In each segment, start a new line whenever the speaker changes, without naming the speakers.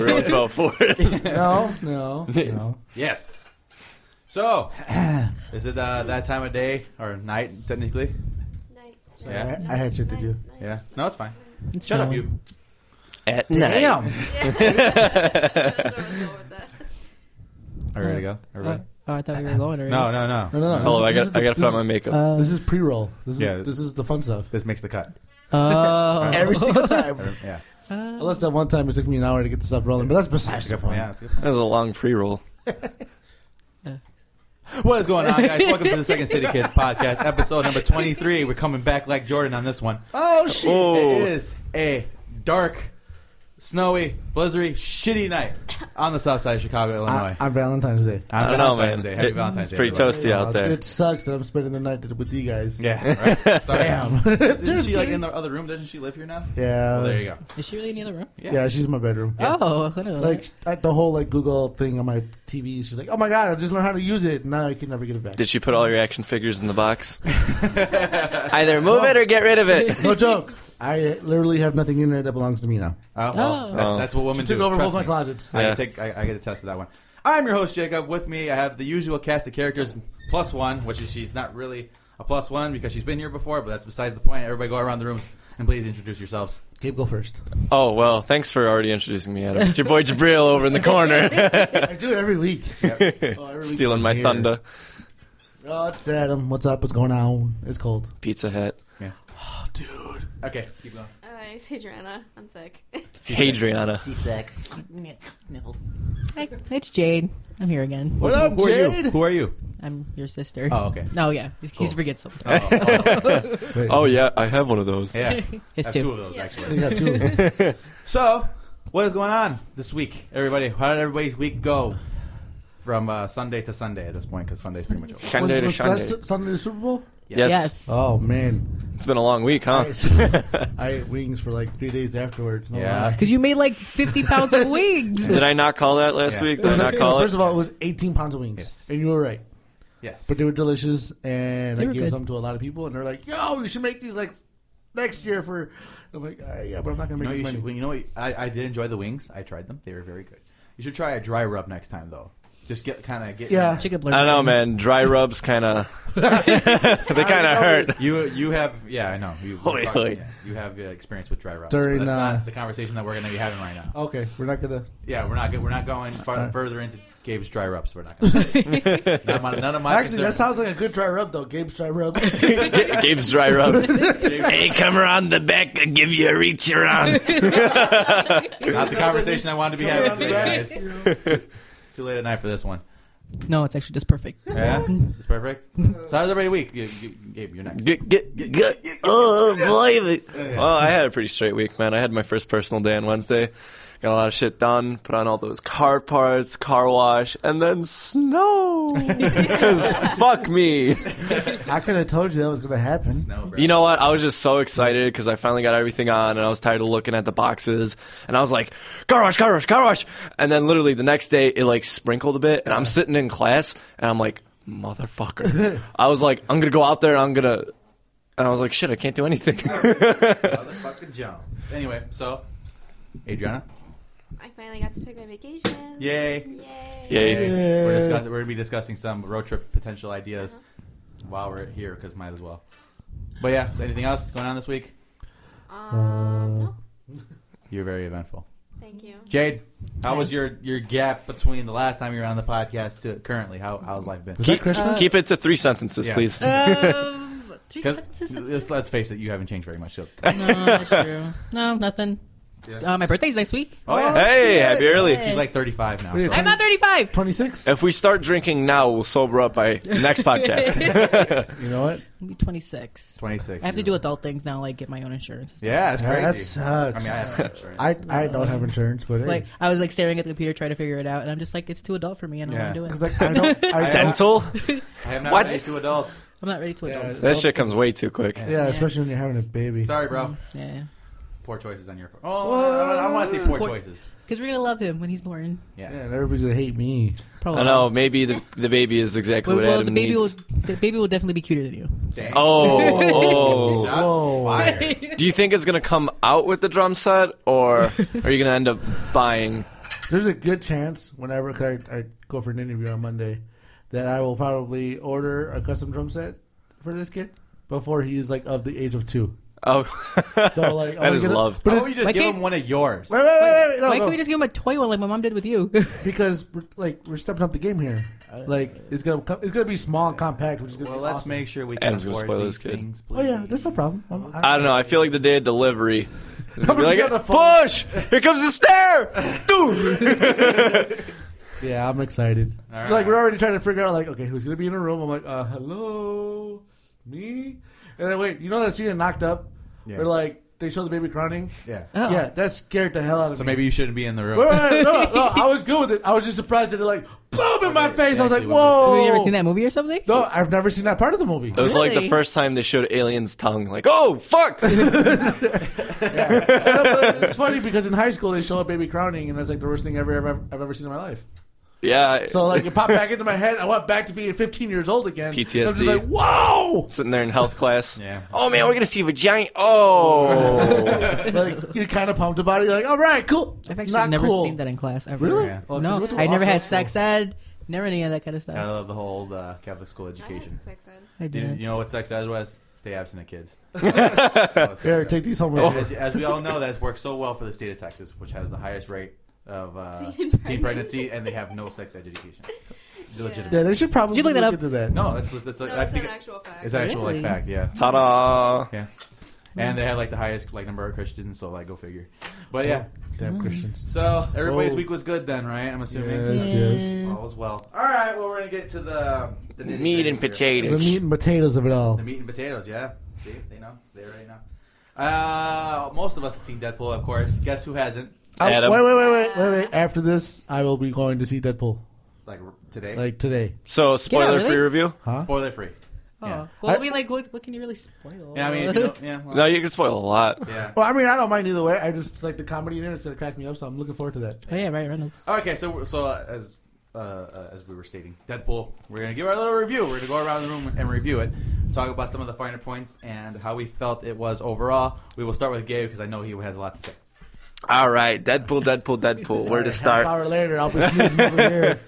Really fell for it.
No, no, no.
Yes. So, is it uh, that time of day or night technically?
Night.
Yeah.
I- I had shit to do.
Yeah. No, it's fine. Shut up, you.
At night.
Damn.
Are you ready to go? Everybody?
Oh, oh, I thought we were going already.
No, no, no.
No, no, no.
Hold on, I
This is-
got I got to
this is-
find my makeup.
Uh,
This is pre-roll. This is
Yeah.
this is the fun stuff.
This makes the cut.
oh.
Every single time,
Every- Yeah.
unless that one time it took me an hour to get the stuff rolling, but that's besides the
Good
point.
point. Yeah, that's a good point.
that was a long pre-roll.
What is going on, guys? Welcome to the Second City Kids podcast, episode number 23. We're coming back like Jordan on this one.
Oh shit!
Oh.
It is a dark, snowy, blizzardy, shitty night on the south side of Chicago, Illinois.
On, on Valentine's Day.
Happy
I don't know, man.
Valentine's Day. Happy
It-
Valentine's
it's
Day,
pretty
everybody.
toasty out there.
It sucks that I'm spending the night with you guys.
Yeah. Right? Sorry.
Damn.
Isn't
Just
she like
kidding.
in the other room? Doesn't she live here now?
Yeah.
Well, there you go.
Is she really in the other room?
Yeah.
Yeah. she's in my bedroom.
Oh, I don't know.
Like at the whole like Google thing on my TV, she's like, "Oh my god, I just learned how to use it. Now I can never get it back."
Did you put all your action figures in the box? Either move it or get rid of it.
no joke. I literally have nothing in it that belongs to me now.
Oh, well,
Oh.
That's, that's what women
She took
do.
over
Trust
both my
me.
closets.
I,
Yeah.
can take, I, I get a test of that one. I'm your host, Jacob. With me, I have the usual cast of characters, plus one, which is she's not really a plus one because she's been here before, but that's besides the point. Everybody go around the room and please introduce yourselves.
Gabe, go first.
Oh well, thanks for already introducing me, Adam. It's your boy Jabril over in the corner,
I do it every week. Oh, every week
stealing
I'm
my
here.
thunder.
Oh, it's Adam. What's up? What's going on? It's cold.
Pizza Hut.
Oh, dude.
Okay, keep going.
Hi, it's Adriana. I'm sick.
Hadriana.
Hi, it's Jade. I'm here again.
What up,
who Are
Jade?
you? Who are you?
I'm your sister.
Oh, okay.
No, yeah. He
Cool.
forgets something.
Oh, oh,
Oh yeah, I have one of those.
yeah. I
His
have two of
two.
those,
Yes.
actually.
They got two.
So, what is going on this week, everybody? How did everybody's week go from uh, Sunday to Sunday at this point? Because Sunday's pretty much over.
Kande to
was, was
Shande.
last Sunday the Super Bowl?
Yes.
Yes.
Oh man,
it's been a long week, huh?
I, I ate wings for like three days afterwards. No
Yeah.
lie.
Because you made like 50 pounds of wings.
Did I not call that last
Yeah.
week?
It
Did I
was
not
like,
call
first
it?
of all, it was 18 pounds of wings,
Yes.
and you were right.
Yes.
But they were delicious, and
They
I
were
gave
good.
some to a lot of people, and they're like, "Yo, you should make these like next year for." I'm like, "Ah, "Yeah, but I'm not gonna
You know,
make
you,
this
should, well,
money."
you know what? I, I did enjoy the wings. I tried them. They were very good. You should try a dry rub next time, though. Just get kind of get.
Yeah.
Jacob
I don't
learns
know,
things.
man. Dry rubs kind of they kind of hurt.
You you have yeah I know you we're
Holy,
talking-
holy.
yeah, you have uh, experience with dry rubs.
During,
but that's
uh,
not the conversation that we're going to be having right now.
Okay, we're not gonna.
Yeah, we're not go- we're not going far, further into Gabe's dry rubs. We're not. Gonna, none, of my, none of my
Actually, that
concern-
sounds like a good dry rub, though. Gabe's dry rub.
G- Gabe's dry rubs. hey, come around the back. I'll give you a reach around.
not the conversation I wanted to be having
around the
today,
back,
guys.
you know.
Too late at night for this one.
No, it's actually just perfect.
Yeah, it's perfect. So how's everybody week? You- you- Gabe, you're next.
G- g- g- oh, boy. Well, I had a pretty straight week, man. I had my first personal day on Wednesday. Got a lot of shit done. Put on all those car parts, car wash, and then snow. 'Cause fuck me.
I could have told you that was gonna happen.
No, bro.
You know what? I was just so excited because I finally got everything on, and I was tired of looking at the boxes. And I was like, "Car wash, car wash, car wash!" And then literally the next day, it like sprinkled a bit, and I'm sitting in class, and I'm like, "Motherfucker!" I was like, "I'm gonna go out there, and I'm gonna," and I was like, "Shit, I can't do anything."
Motherfucking Jones. Anyway, so Adriana,
I finally got to pick my vacation.
Yay.
Yay. Uh-huh.
Yay!
we're, discuss- we're gonna be discussing some road trip potential ideas while we're here because might as well. But yeah, so anything else going on this week?
Um, no.
You're very eventful.
Thank you.
Jade, how was your your gap between the last time you were on the podcast to currently? How how's life been?
Was
Keep-
that Christmas?
Keep it to three sentences,
Yeah.
please.
Um, three
'Cause
sentences. that's-
Let's, let's face it, you haven't changed very much. So.
No, that's true. No, nothing. Uh, my birthday's next week.
Oh yeah,
hey, happy early.
she's like 35 now. So.
I'm not 35.
26.
If we start drinking now, we'll sober up by next podcast.
You know what?
I'll be 26.
26.
I have to do adult things now, like get my own insurance. and stuff.
Yeah, that's crazy.
That sucks.
I mean, I have insurance.
I, I don't have insurance, but hey.
Like I was like staring at the computer trying to figure it out, and I'm just like, it's too adult for me. I don't
Yeah.
want to do it.
'Cause, like, I don't. I don't
Dental?
I have not
What?
been to adult.
I'm not ready to
Yeah,
adult.
That shit comes way too quick.
yeah, especially when you're having a baby.
Sorry, bro.
Yeah,
Poor choices on your part. Oh, I, don't- I want to say poor
Poor-
choices.
because we're gonna love him when he's born.
Yeah.
Yeah, and everybody's gonna hate me.
Probably.
I know. Maybe the, the baby is exactly
Oh, Well,
what
well,
Adam
the baby
needs.
will the baby will definitely be cuter than you.
Dang.
Oh,
Shots
Whoa.
fired.
Do you think it's gonna come out with the drum set, or are you gonna end up buying?
There's a good chance whenever 'cause I, I go for an interview on Monday that I will probably order a custom drum set for this kid before he's like of the age of two.
Oh,
So like I
that
wanna
is
get a-
love.
But
Why
it's,
don't you just
Why
give
can't-
him one of yours?
wait, wait, wait, wait, no,
Why
no.
can't we just give him a toy one like my mom did with you?
because we're, like we're stepping up the game here. Like it's gonna come, it's gonna be small and compact, which is gonna
Well,
be
let's
awesome.
make sure we can
Adam's gonna
afford
spoil
these
this kid.
things.
Oh yeah,
please.
there's no problem. I'm,
I don't know. I feel like the day of delivery. It's gonna be
Somebody
like,
get the phone.
push! Here comes the stair, dude.
Yeah, I'm excited.
All
Like
right.
we're already trying to figure out, like, okay, who's gonna be in a room? I'm like, uh, hello, me. And then wait, you know that scene in Knocked Up,
Yeah.
where like they show the baby crying.
Yeah.
Oh.
Yeah, that scared the hell out of
So
me.
maybe you shouldn't be in the room.
Wait, wait, wait, no, no, I was good with it. I was just surprised that they're like, boom in my face. I was like,
exactly what
whoa.
Have you ever seen that movie or something?
No, I've never seen that part of the movie.
It was like the
Really?
first time they showed aliens' tongue. Like, oh fuck!
it's funny because in high school they show a baby crowning, and that's like the worst thing ever, ever I've ever seen in my life.
yeah.
So like it popped back into my head. I went back to being 15 years old again. I'm just
PTSD.
like, whoa.
sitting there in health class.
Yeah.
Oh man, we're gonna see a giant. Oh.
like you're kind of pumped about it. You're like, all right, cool.
I've actually
Not
never
cool.
seen that in class. Ever.
Really?
Yeah.
Well, 'cause
no,
you went to
I never
Walker
had
School.
sex ed, never any of that kind of stuff.
I love the whole old, uh, Catholic school
I had
education.
sex ed.
I
You,
didn't.
you know what sex ed was? Stay abstinent, kids.
Here, take these home. with you.
Oh, as, as we all know, that's worked so well for the state of Texas, which has the highest rate of uh,
Teen
teen
pregnancy.
pregnancy, and they have no sex education. It's Legitimate.
Yeah, they should probably
Did you look that up?
into that.
No, that's, that's,
No,
I
that's not
think
an actual fact.
it's an actual
Really?
like fact. Yeah.
Ta-da!
Yeah. And they have like the highest like number of Christians, so like go figure. But yeah,
Damn Christians.
so everybody's
Oh.
week was good then, right? I'm assuming
Yes, yes.
all was well. All right, well we're gonna get to the, the nitty-gritty
Meat and
here.
potatoes.
The meat and potatoes of it all.
The meat and potatoes, yeah. See, they know, they already know. Uh, most of us have seen Deadpool, of course. Guess who hasn't?
I-
Adam.
Uh, Wait, wait, wait, wait, wait, wait. After this, I will be going to see Deadpool
Like r- today,
like today.
So spoiler free
really?
review.
Huh?
spoiler free.
Oh.
Yeah.
Well, I,
I-
mean, like, what, what can you really spoil?
Yeah, I mean, if you don't- yeah, well,
No, you can spoil a lot.
yeah.
Well, I mean, I don't mind either way. I just like the comedy in it. It's gonna crack me up, so I'm looking forward to that.
oh yeah, right, Reynolds.
Okay, so so uh, as uh, uh, as we were stating, Deadpool. We're gonna give our little review. We're gonna go around the room and review it, talk about some of the finer points and how we felt it was overall. We will start with Gabe because I know he has a lot to say.
All right, Deadpool, Deadpool, Deadpool. Where to
Half
start?
hour later, I'll be sneezing over here.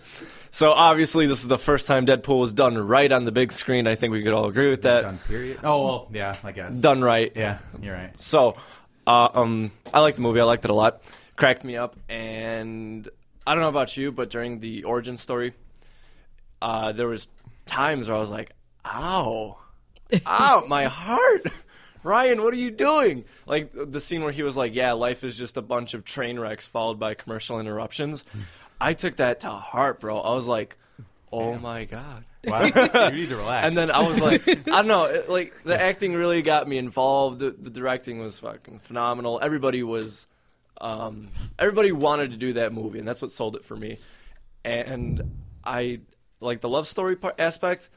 So obviously, this is the first time Deadpool was done right on the big screen. I think we could all agree with that.
Done. Period. Oh well, yeah, I guess.
Done right.
Yeah, you're right.
So, uh, um, I liked the movie. I liked it a lot. Cracked me up, and I don't know about you, but during the origin story, uh, there was times where I was like, "Ow, ow, my heart." Ryan, what are you doing? Like the scene where he was like, "Yeah, life is just a bunch of train wrecks followed by commercial interruptions." I took that to heart, bro. I was like, "Oh my god."
Wow. you need to relax.
And then I was like, I don't know, it, like the acting really got me involved. The, the directing was fucking phenomenal. Everybody was, um, everybody wanted to do that movie, and that's what sold it for me. And I like the love story part, aspect,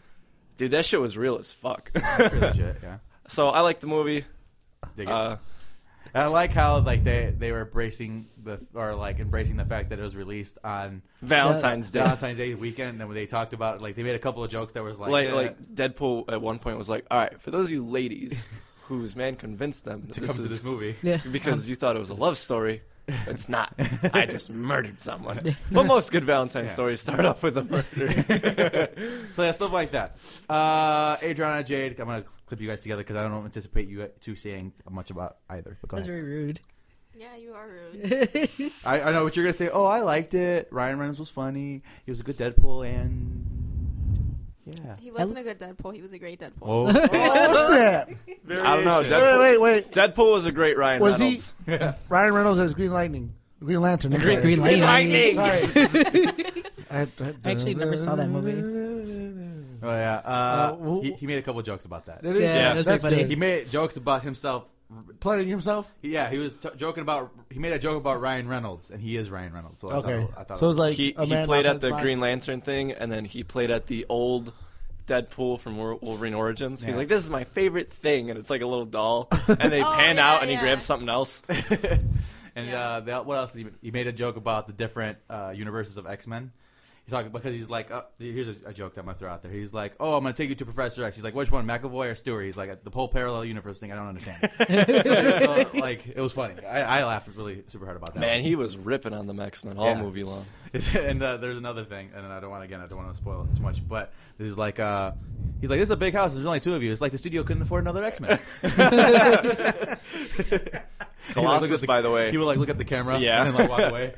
dude. That shit was real as fuck.
Pretty legit, yeah.
so I like the movie.
Dig it.
Uh,
And I like how like they they were embracing the or like embracing the fact that it was released on
Valentine's Day.
Valentine's Day weekend, and when they talked about like they made a couple of jokes that was like
like
eh,
like Deadpool at one point was like, all right, for those of you ladies whose man convinced them that
to
this
come to
is
this movie.
Yeah.
because you thought it was a love story. It's not. I just murdered someone. But most good Valentine
Yeah.
stories start off with a murder.
So yeah, stuff like that. Uh, Adriana Jade, I'm gonna clip you guys together because I don't anticipate you two saying much about either. But go
That's
ahead.
very rude.
Yeah, you are rude.
I
I, I know what you're gonna say. Oh, I liked it. Ryan Reynolds was funny. He was a good Deadpool, and yeah.
He wasn't a good Deadpool. He was a great Deadpool.
Oh snap!
I don't know.
Wait,
Deadpool,
wait, wait.
Deadpool was a great Ryan
Was he-
Reynolds.
Ryan Reynolds as Green Lightning, Green Lantern. I'm
Green-
sorry.
Green Lightning.
Lightning.
Sorry. I,
I actually never saw that movie.
Oh yeah. Uh,
Uh, who-
he, he made a couple jokes about that.
That is-
Yeah,
Yeah.
that's
that's
pretty
good.
He made jokes about himself.
playing himself.
Yeah, he was t- joking about. He made a joke about Ryan Reynolds, and he is Ryan Reynolds. So I thought-
Okay,
I thought
so it was like
He,
a
he
man
played
outside
at the
box.
Green Lantern thing, and then he played at the old Deadpool from Wol- Wolverine Origins. He's
Yeah.
like, this is my favorite thing, and it's like a little doll. And they
Oh,
pan
yeah,
out, and he
yeah.
grabs something else.
and
Yeah.
uh, the, what else? Did he, he made a joke about the different uh, universes of X Men. He's talking because he's like, uh, here's a, a joke that I'm gonna throw out there. He's like, oh, I'm gonna take you to Professor X. He's like, which one, McAvoy or Stewart? He's like, the whole parallel universe thing. I don't understand. so, so, like, it was funny. I, I laughed really super hard about that.
Man,
one.
he was ripping on the X Men all
Yeah.
movie long.
Is- and uh, there's another thing, and I don't want again. I don't want to spoil it too much, but this is like uh, he's like, "This is a big house. There's only two of you. It's like the studio couldn't afford another X Men."
Colossus, by the way.
he would like look at the camera,
Yeah.
and then, like walk away.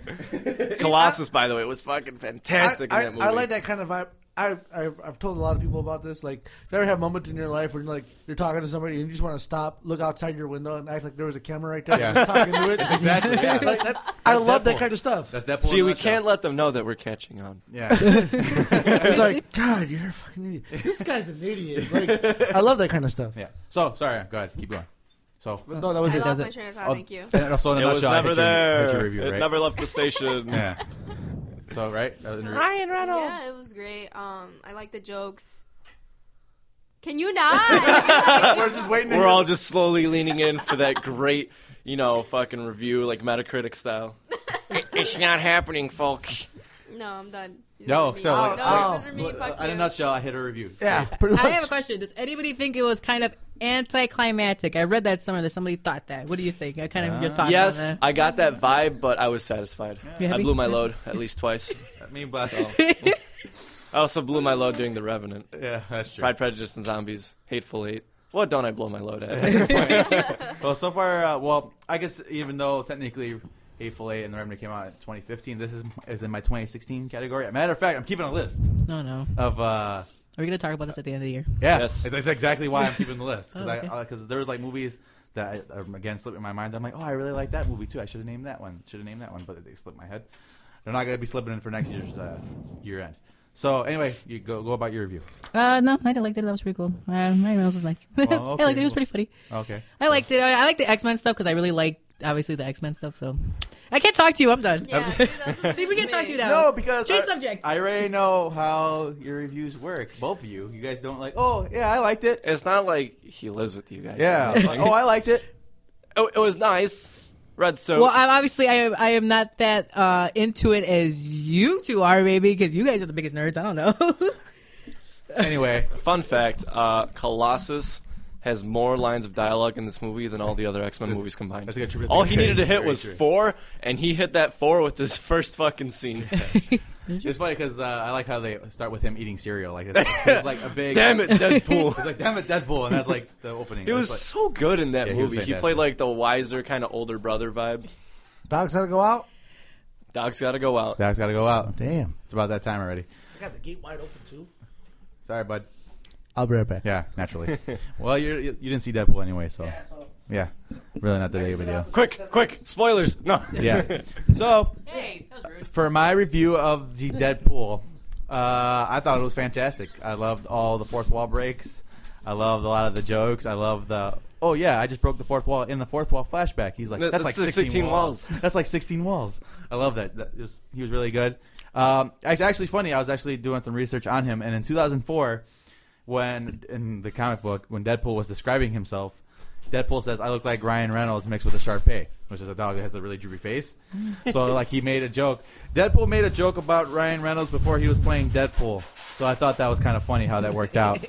Colossus, by that movie was fucking fantastic
I,
in that movie.
I, I like that kind of vibe. I, I've, I've told a lot of people about this. Like, if you ever have moments in your life where like you're talking to somebody and you just want to stop, look outside your window, and act like there was a camera right there,
Yeah.
and just talking to it.
exactly, yeah.
Like that- I love that
Deadpool.
kind of stuff.
That's Deadpool.
See,
in a
we
nutshell.
can't let them know that we're catching on.
Yeah,
it's like, God, you're a fucking idiot. This guy's an idiot. Like, I love that kind of stuff.
yeah. So sorry. Go ahead. Keep going. So.
But no, that was
I
it.
lost
does
my
it.
train of thought.
Oh,
Thank you.
And also in a
It was
nutshell, I
never
hit your- hit
there.
your review,
it
right?
never left the station.
Yeah. So right. That was in your-
Yeah, it was great. Um, I like the jokes. Can you not?
We're just waiting. to
We're
hear-
all just slowly leaning in for that great, you know, fucking review, like Metacritic style. it's not happening, folks.
no, I'm done. These
No,
are me.
so, like-
Oh,
oh.
no, these are me,
in
fuck
a
you.
nutshell, I hit a review.
Yeah, pretty much.
I have a question. Does anybody think it was kind of anticlimactic? I read that somewhere that somebody thought that. What do you think? I kind of your thoughts on
Yes,
that.
I got that vibe, but I was satisfied.
You
I
happy?
blew my load at least twice.
Me and Black.
I also blew my load doing The Revenant,
Yeah, that's true.
Pride, Prejudice, and Zombies, Hateful Eight. What don't I blow my load at?
Well, so far, uh, well, I guess even though technically Hateful Eight and The Remedy came out in 2015, this is is in my 2016 category. Matter of fact, I'm keeping a list
No, no.
of. Uh,
Are we gonna talk about this at the end of the year?
yeah,
Yes.
that's exactly why I'm keeping the list because
Oh, okay.
there was like movies that I, um, again slipped in my mind. I'm like, oh, I really like that movie too. I should have named that one. Should have named that one, but they slipped my head. They're not gonna be slipping in for next year's uh, year end. So anyway, you go go about your review.
Uh, no, I did like it. That was pretty cool. Uh, my else was nice.
Well, okay,
I liked it. It was
well-
pretty funny.
Okay.
I liked it. I, I like the X Men stuff because I really like obviously the X Men stuff. So I can't talk to you. I'm done.
Yeah, see, that's what
See, we
it
can
is
talk
to
to
me.
that.
No, because
Change
I,
subject.
I already know how your reviews work. Both of you, you guys don't like. Oh yeah, I liked it.
it's not like he lives with you guys.
Yeah. oh, I liked it.
Oh, it was nice. Red soap.
Uh, Well, I'm obviously I am, I am not that uh, into it as you two are, maybe because you guys are the biggest nerds. I don't know.
Anyway,
Fun fact: uh, Colossus has more lines of dialogue in this movie than all the other X Men
That's-
movies combined.
that's a good tribute.
all
That's
he
very-
needed to hit
very
was
true.
four, and he hit that four with his first fucking scene.
it's funny because uh, I like how they start with him eating cereal. Like it's, it's like a big.
Damn it,
It's
Deadpool!
like damn it, Deadpool, and that's like the opening.
He was
It's
so good in that
Yeah, he was
movie. He, played
fantastic.
like the wiser, kind of older brother vibe.
Dogs gotta go out.
Dog's got to go out.
Like, has got to go out.
Damn.
It's about that time already.
I got the gate wide open too.
Sorry, bud.
I'll be right back.
Yeah, naturally. well, you're, you you didn't see Deadpool anyway, so yeah, really not the big of a deal.
Quick, quick! Spoilers. No.
Yeah. So
hey, that was rude.
for my review of the Deadpool, uh, I thought it was fantastic. I loved all the fourth wall breaks. I loved a lot of the jokes. I loved the oh yeah, I just broke the fourth wall in the fourth wall flashback. He's like
Th-
that's, like
that's the
16,
16
walls.
walls.
that's like sixteen walls. I love that. that is- he was really good. Um, it's actually funny. I was actually doing some research on him, and in 2004, when in the comic book when Deadpool was describing himself. Deadpool says, "I look like Ryan Reynolds mixed with a Sharpei, which is a dog that has a really droopy face." so, like, he made a joke. Deadpool made a joke about Ryan Reynolds before he was playing Deadpool. So I thought that was kind of funny how that worked out.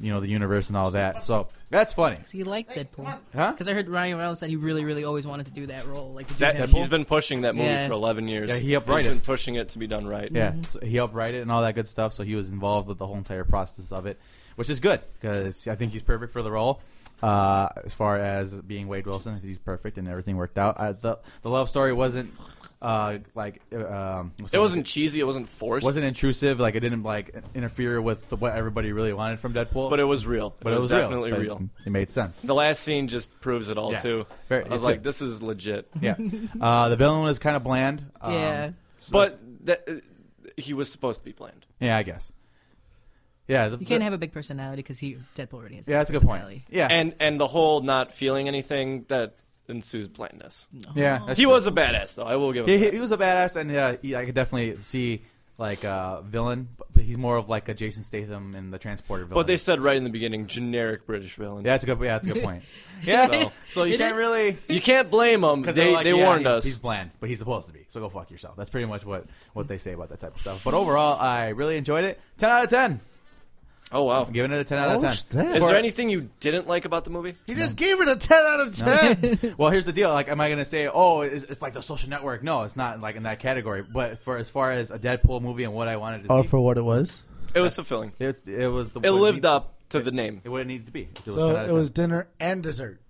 you know, the universe and all that. So that's funny,
So you liked Deadpool?
huh?
Because I heard Ryan Reynolds said he really, really always wanted to do that role. Like to do
That,
him.
he's been pushing that movie
Yeah.
for 11 years.
Yeah, he upright
He's been
it.
pushing it to be done right.
Mm-hmm.
Yeah, so he helped write it and all that good stuff. So he was involved with the whole entire process of it, which is good because I think he's perfect for the role. Uh, as far as being Wade Wilson, he's perfect and everything worked out. I, the the love story wasn't uh, like uh, um, what's
It
the-
wasn't cheesy. It wasn't forced.
wasn't intrusive. Like it didn't like interfere with the, what everybody really wanted from Deadpool.
But it was real.
but
it, was,
real.
definitely
But
real.
It made sense.
The last scene just proves it all
Yeah.
too.
Very-
I was
it's
like,
good.
this is legit.
Yeah, uh, the villain was kind of bland. Um,
Yeah.
so
But
that's-
that, uh, he was supposed to be bland.
yeah, I guess. Yeah, the,
You can't have a big personality because he Deadpool already has.
yeah, that's a good point.
personality.
Yeah,
And and the whole not feeling anything that ensues blindness.
yeah, that's
He
Oh.
true.
was a badass though. I will give him.
Yeah,
that.
he, he was a badass, and uh, he, I could definitely see like uh, villain, but he's more of like a Jason Statham in the Transporter villain.
But they said right in the beginning, generic British villain.
yeah, that's a good. Yeah, that's a good point. Yeah, so, so you
It
can't
is-
really
You can't blame them.
because
They, they warned us.
He's bland, but he's supposed to be. So go fuck yourself. That's pretty much what what they say about that type of stuff. But overall, I really enjoyed it. Ten out of ten.
oh wow.
I'm giving it a ten out of
Oh,
ten.
snap.
Is there anything you didn't like about the movie?
You just gave it a ten out of ten.
Well, here's the deal. Like, am I gonna say, oh, it's, it's like the Social Network? No, it's not like in that category. But for as far as a Deadpool movie and what I wanted to
All
see,
Oh, for what it was.
It was fulfilling.
it, it was the
Oh, It
what
lived
needed-
up to the name
It what it needed to be. It was 10 out
So
of
it
10.
was dinner and dessert.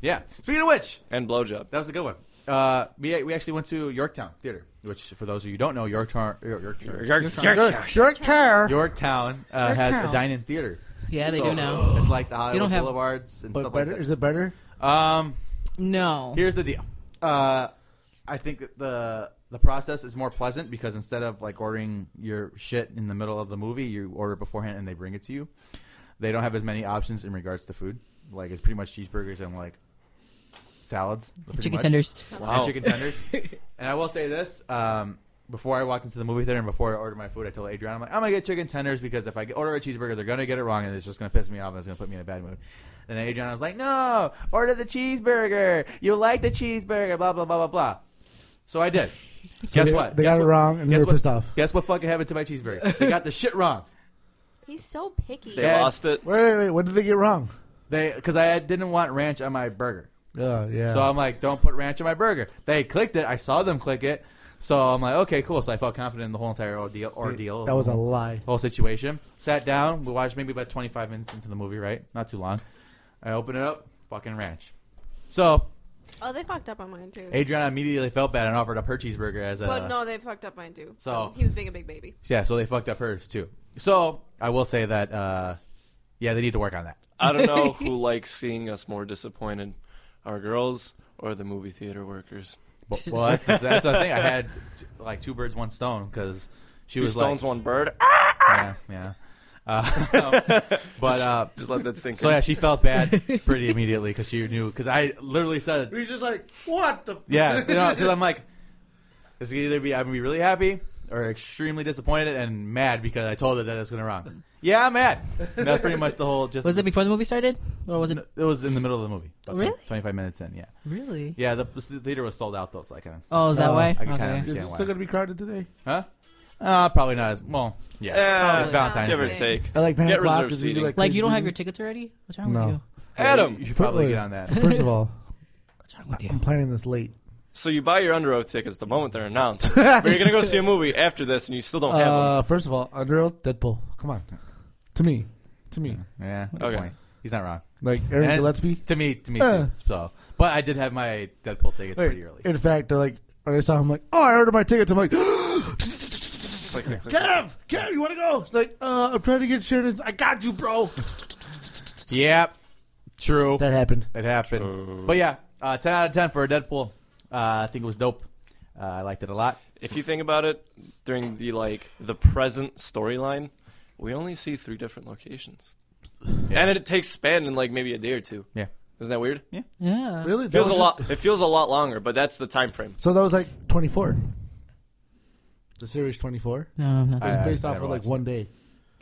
Yeah. Speaking of which,
and blowjob.
that was a good one. Uh, we we actually went to Yorktown Theater, which for those of you who don't know, Yorktown Yorktown
Your car.
Yorktown uh, has a
Yorktown.
dine-in theater.
Yeah, they
So,
do now.
It's like the Hollywood
don't have-
Boulevards and
But
stuff
better
like
is it better?
that. Um,
No.
Here's the deal. Uh, I think that the the process is more pleasant because instead of like ordering your shit in the middle of the movie, you order beforehand and they bring it to you. They don't have as many options in regards to food. Like it's pretty much cheeseburgers and like salads, pretty
Chicken
much.
tenders.
Wow.
and chicken tenders. and I will say this. Um, before I walked into the movie theater and before I ordered my food, I told Adriana, I'm like, I'm going to get chicken tenders because if I get- order a cheeseburger, they're going to get it wrong and it's just going to piss me off and it's going to put me in a bad mood. And then Adriana was like, no, order the cheeseburger. You like the cheeseburger, blah, blah, blah, blah, blah. So I did. Guess
they,
what?
They
Guess
got it
what?
wrong and
Guess
they were
what?
pissed off.
Guess what fucking happened to my cheeseburger? They got the shit wrong.
He's so picky.
They
Yeah.
lost it.
Wait, wait, wait. What did they get wrong?
They Because I didn't want ranch on my burger.
Oh, yeah.
So I'm like, don't put ranch in my burger. They clicked it. I saw them click it. So I'm like, okay, cool. So I felt confident in the whole entire ordeal. ordeal
that was a lie.
whole situation. Sat down. We watched maybe about 25 minutes into the movie, right? Not too long. I open it up. Fucking ranch. So
Oh, they fucked up on mine too.
Adriana immediately felt bad and offered up her cheeseburger as a.
But no, they fucked up mine too. So,
so-
he was being a big baby.
Yeah, so they fucked up hers too. So I will say that, uh, yeah, they need to work on that.
I don't know who likes seeing us more disappointed, our girls or the movie theater workers.
But- well, that's, that's the thing. I had t- like two birds, one stone because she
Two
was
stones,
like, "Ah!"
one bird.
yeah, yeah. Uh, but uh,
Just let that sink
so
in.
yeah, she felt bad pretty immediately because she knew because I literally said
We just like, what the?
Yeah, you know, because I'm like, this could either be I'm gonna be really happy or extremely disappointed and mad because I told her that it's gonna wrong. Yeah, I'm mad. And that's pretty much the whole. Just
Was it before the movie started, or was it?
It was in the middle of the movie. about
Really?
25 minutes in. Yeah.
Really?
Yeah. The, the theater was sold out though, so I kind of.
Oh, is that
Uh,
why?
I can
okay.
kinda-
Is it
Yeah, why?
still gonna be crowded today?
Huh? Uh, probably not as well. Yeah.
Yeah,
it's Valentine's
give or
Day.
take.
I like nine
Get
o'clock.
reserved
is usually,
seating.
Like
crazy
you don't have your
busy.
tickets already? What's wrong
No.
with you?
You
Adam,
should probably get on that.
First of all,
What's wrong with
I'm
you?
planning this late.
so you buy your Underoath tickets the moment they're announced, but you're gonna go see a movie after this, and you still don't have them.
Uh, first of all, Underworld, Deadpool. Come on, to me, to me,
Yeah. good
Okay.
point. He's not wrong.
like Aaron
And
Gillespie.
To me, to me
Uh.
too. So, but I did have my Deadpool ticket
Like,
pretty early.
In fact, they're like when I saw him, like, oh, I ordered my tickets. I'm like,
Click, click, click.
Kev, Kev, you want to go? It's like, uh, I'm trying to get Shannon's. I got you, bro.
Yep. True.
That happened.
It happened. But yeah, uh, 10 out of 10 for Deadpool. Uh, I think it was dope. Uh, I liked it a lot.
If you think about it, during the like the present storyline, we only see three different locations, and it takes span in like maybe a day or two.
Yeah.
Isn't that weird?
Yeah.
Really? That
feels a
was
lot.
just-
It feels a lot longer, but that's the time frame.
So that was like 24. The series 24
No, no,
I-
no.
It's based
I
off
never
of like
watched
one day.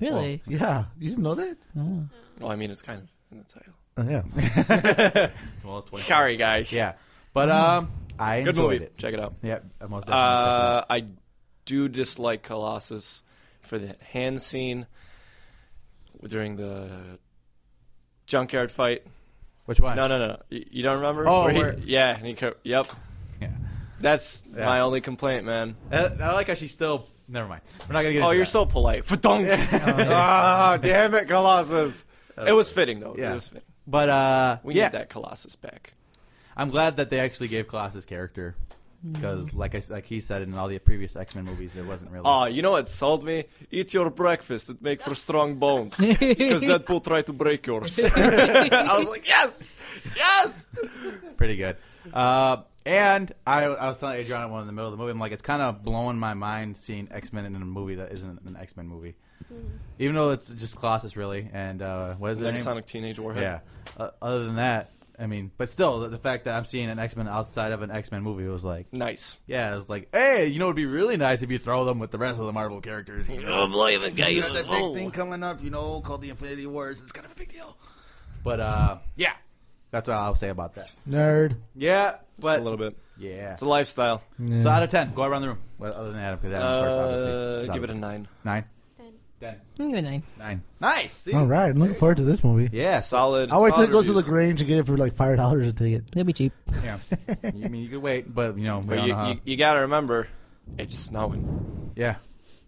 Really?
Yeah, you didn't know that?
Well, I mean, it's kind of in the title.
Oh, yeah.
Well, 20.
Sorry, guys.
Yeah. But
Mm-hmm.
um, I
Good
enjoyed
movie.
it.
Check it out.
Yeah. I most definitely checked it out.
Uh, I do dislike Colossus for the hand scene during the junkyard fight.
Which one?
No, no, no. no. You you don't remember?
Oh,
Where he-
where-
yeah. And he co- yep.
Yeah.
That's
Yeah.
my only complaint, man.
I, I like how she's still. Never mind. We're not going to get
Oh,
into
you're
that.
so polite. ah, damn it, Colossus. It was fitting though.
Yeah.
It was fitting.
But uh,
We
yeah.
need that Colossus back.
I'm glad that they actually gave Colossus character.
Mm-hmm.
Because, like I s like he said in all the previous X Men movies, it wasn't really.
Ah, you know what sold me? Eat your breakfast. It make for strong bones. Because Deadpool tried to break yours. I was like, yes, yes.
pretty good. Uh, and I, I was telling Adriana one in the middle of the movie, I'm like, it's kind of blowing my mind seeing X Men in a movie that isn't an X Men movie, even though it's just Colossus really. And uh, what is their name?
Next Sonic Teenage Warhead.
Yeah. Uh, other than that, I mean, but still, the, the fact that I'm seeing an X Men outside of an X Men movie was like,
Nice.
yeah, it's like, hey, you know, it'd be really nice if you throw them with the rest of the Marvel characters. You know, you got that big thing coming up, you know, called the Infinity Wars. It's kind of a big deal. But uh, yeah, that's what I'll say about that.
Nerd.
Yeah,
Just
but
a little bit.
yeah.
It's a lifestyle.
Yeah.
So out of ten, go around the room. Well, other than Adam, because Adam, of course,
Uh,
obviously,
give it a nine.
nine.
Then
Ten.
I'm giving nine.
Nine. Nice. See?
All right, I'm looking forward to this movie.
Yeah.
Solid.
I'll wait till
solid
it goes to
reviews.
the Grange and get it for like five dollars a ticket.
It'll be cheap.
yeah. I mean, you could wait, but you know, we
But
don't
you,
know how.
you, you got to remember, it's snowing.
yeah.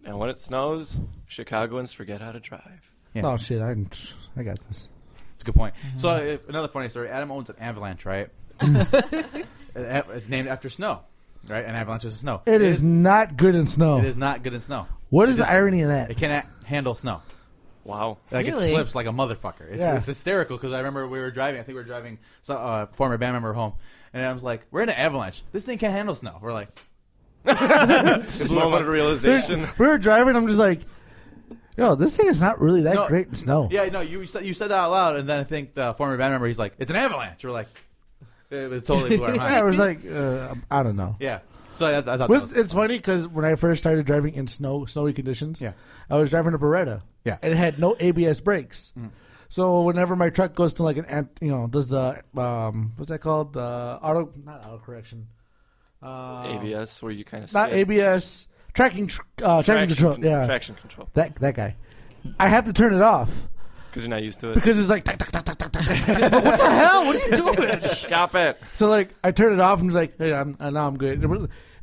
And when it snows, Chicagoans forget how to drive.
Yeah.
Oh shit, I I got this.
It's a good point. So
Mm-hmm.
uh, another funny story. Adam owns an avalanche, right? Uh, it's named after snow, right? An avalanche is snow.
It is not good in snow.
It is not good in snow.
what is the irony in that?
It cannot handle snow.
Wow.
Like
Really?
it slips like a motherfucker. It's,
Yeah.
it's hysterical because I remember we were driving. I think we were driving some uh, former band member home, and I was like, "We're in an avalanche. This thing can't handle snow." We're like,
Moment of realization.
We were driving. I'm just like, yo, this thing is not really that
No.
great in snow.
"Yeah, no, you said you said that out loud." And then I think the former band member he's like, "It's an avalanche." We're like, "It, it totally blew our
Yeah, it
mind."
was like, uh, I don't know.
yeah. So I, I thought that
Well, It's,
was,
it's funny because when I first started driving in snow, snowy conditions,
Yeah.
I was driving a Beretta,
Yeah. Mm.
and it had no ABS brakes. So whenever my truck goes to like an, ant- you know, does the um, what's that called? The auto, not auto correction, uh,
ABS, where you kind of
not ABS tracking, tr- uh, tracking control. Yeah,
Traction control.
that that guy. I have to turn it off
Because you're not used to it.
because it's like, "Tuck, tuck, tuck, tuck, tuck, tuck, tuck, tuck." But what the hell? What are you doing?
Stop it.
So like I turn it off and it's like, hey, I'm uh, now I'm good.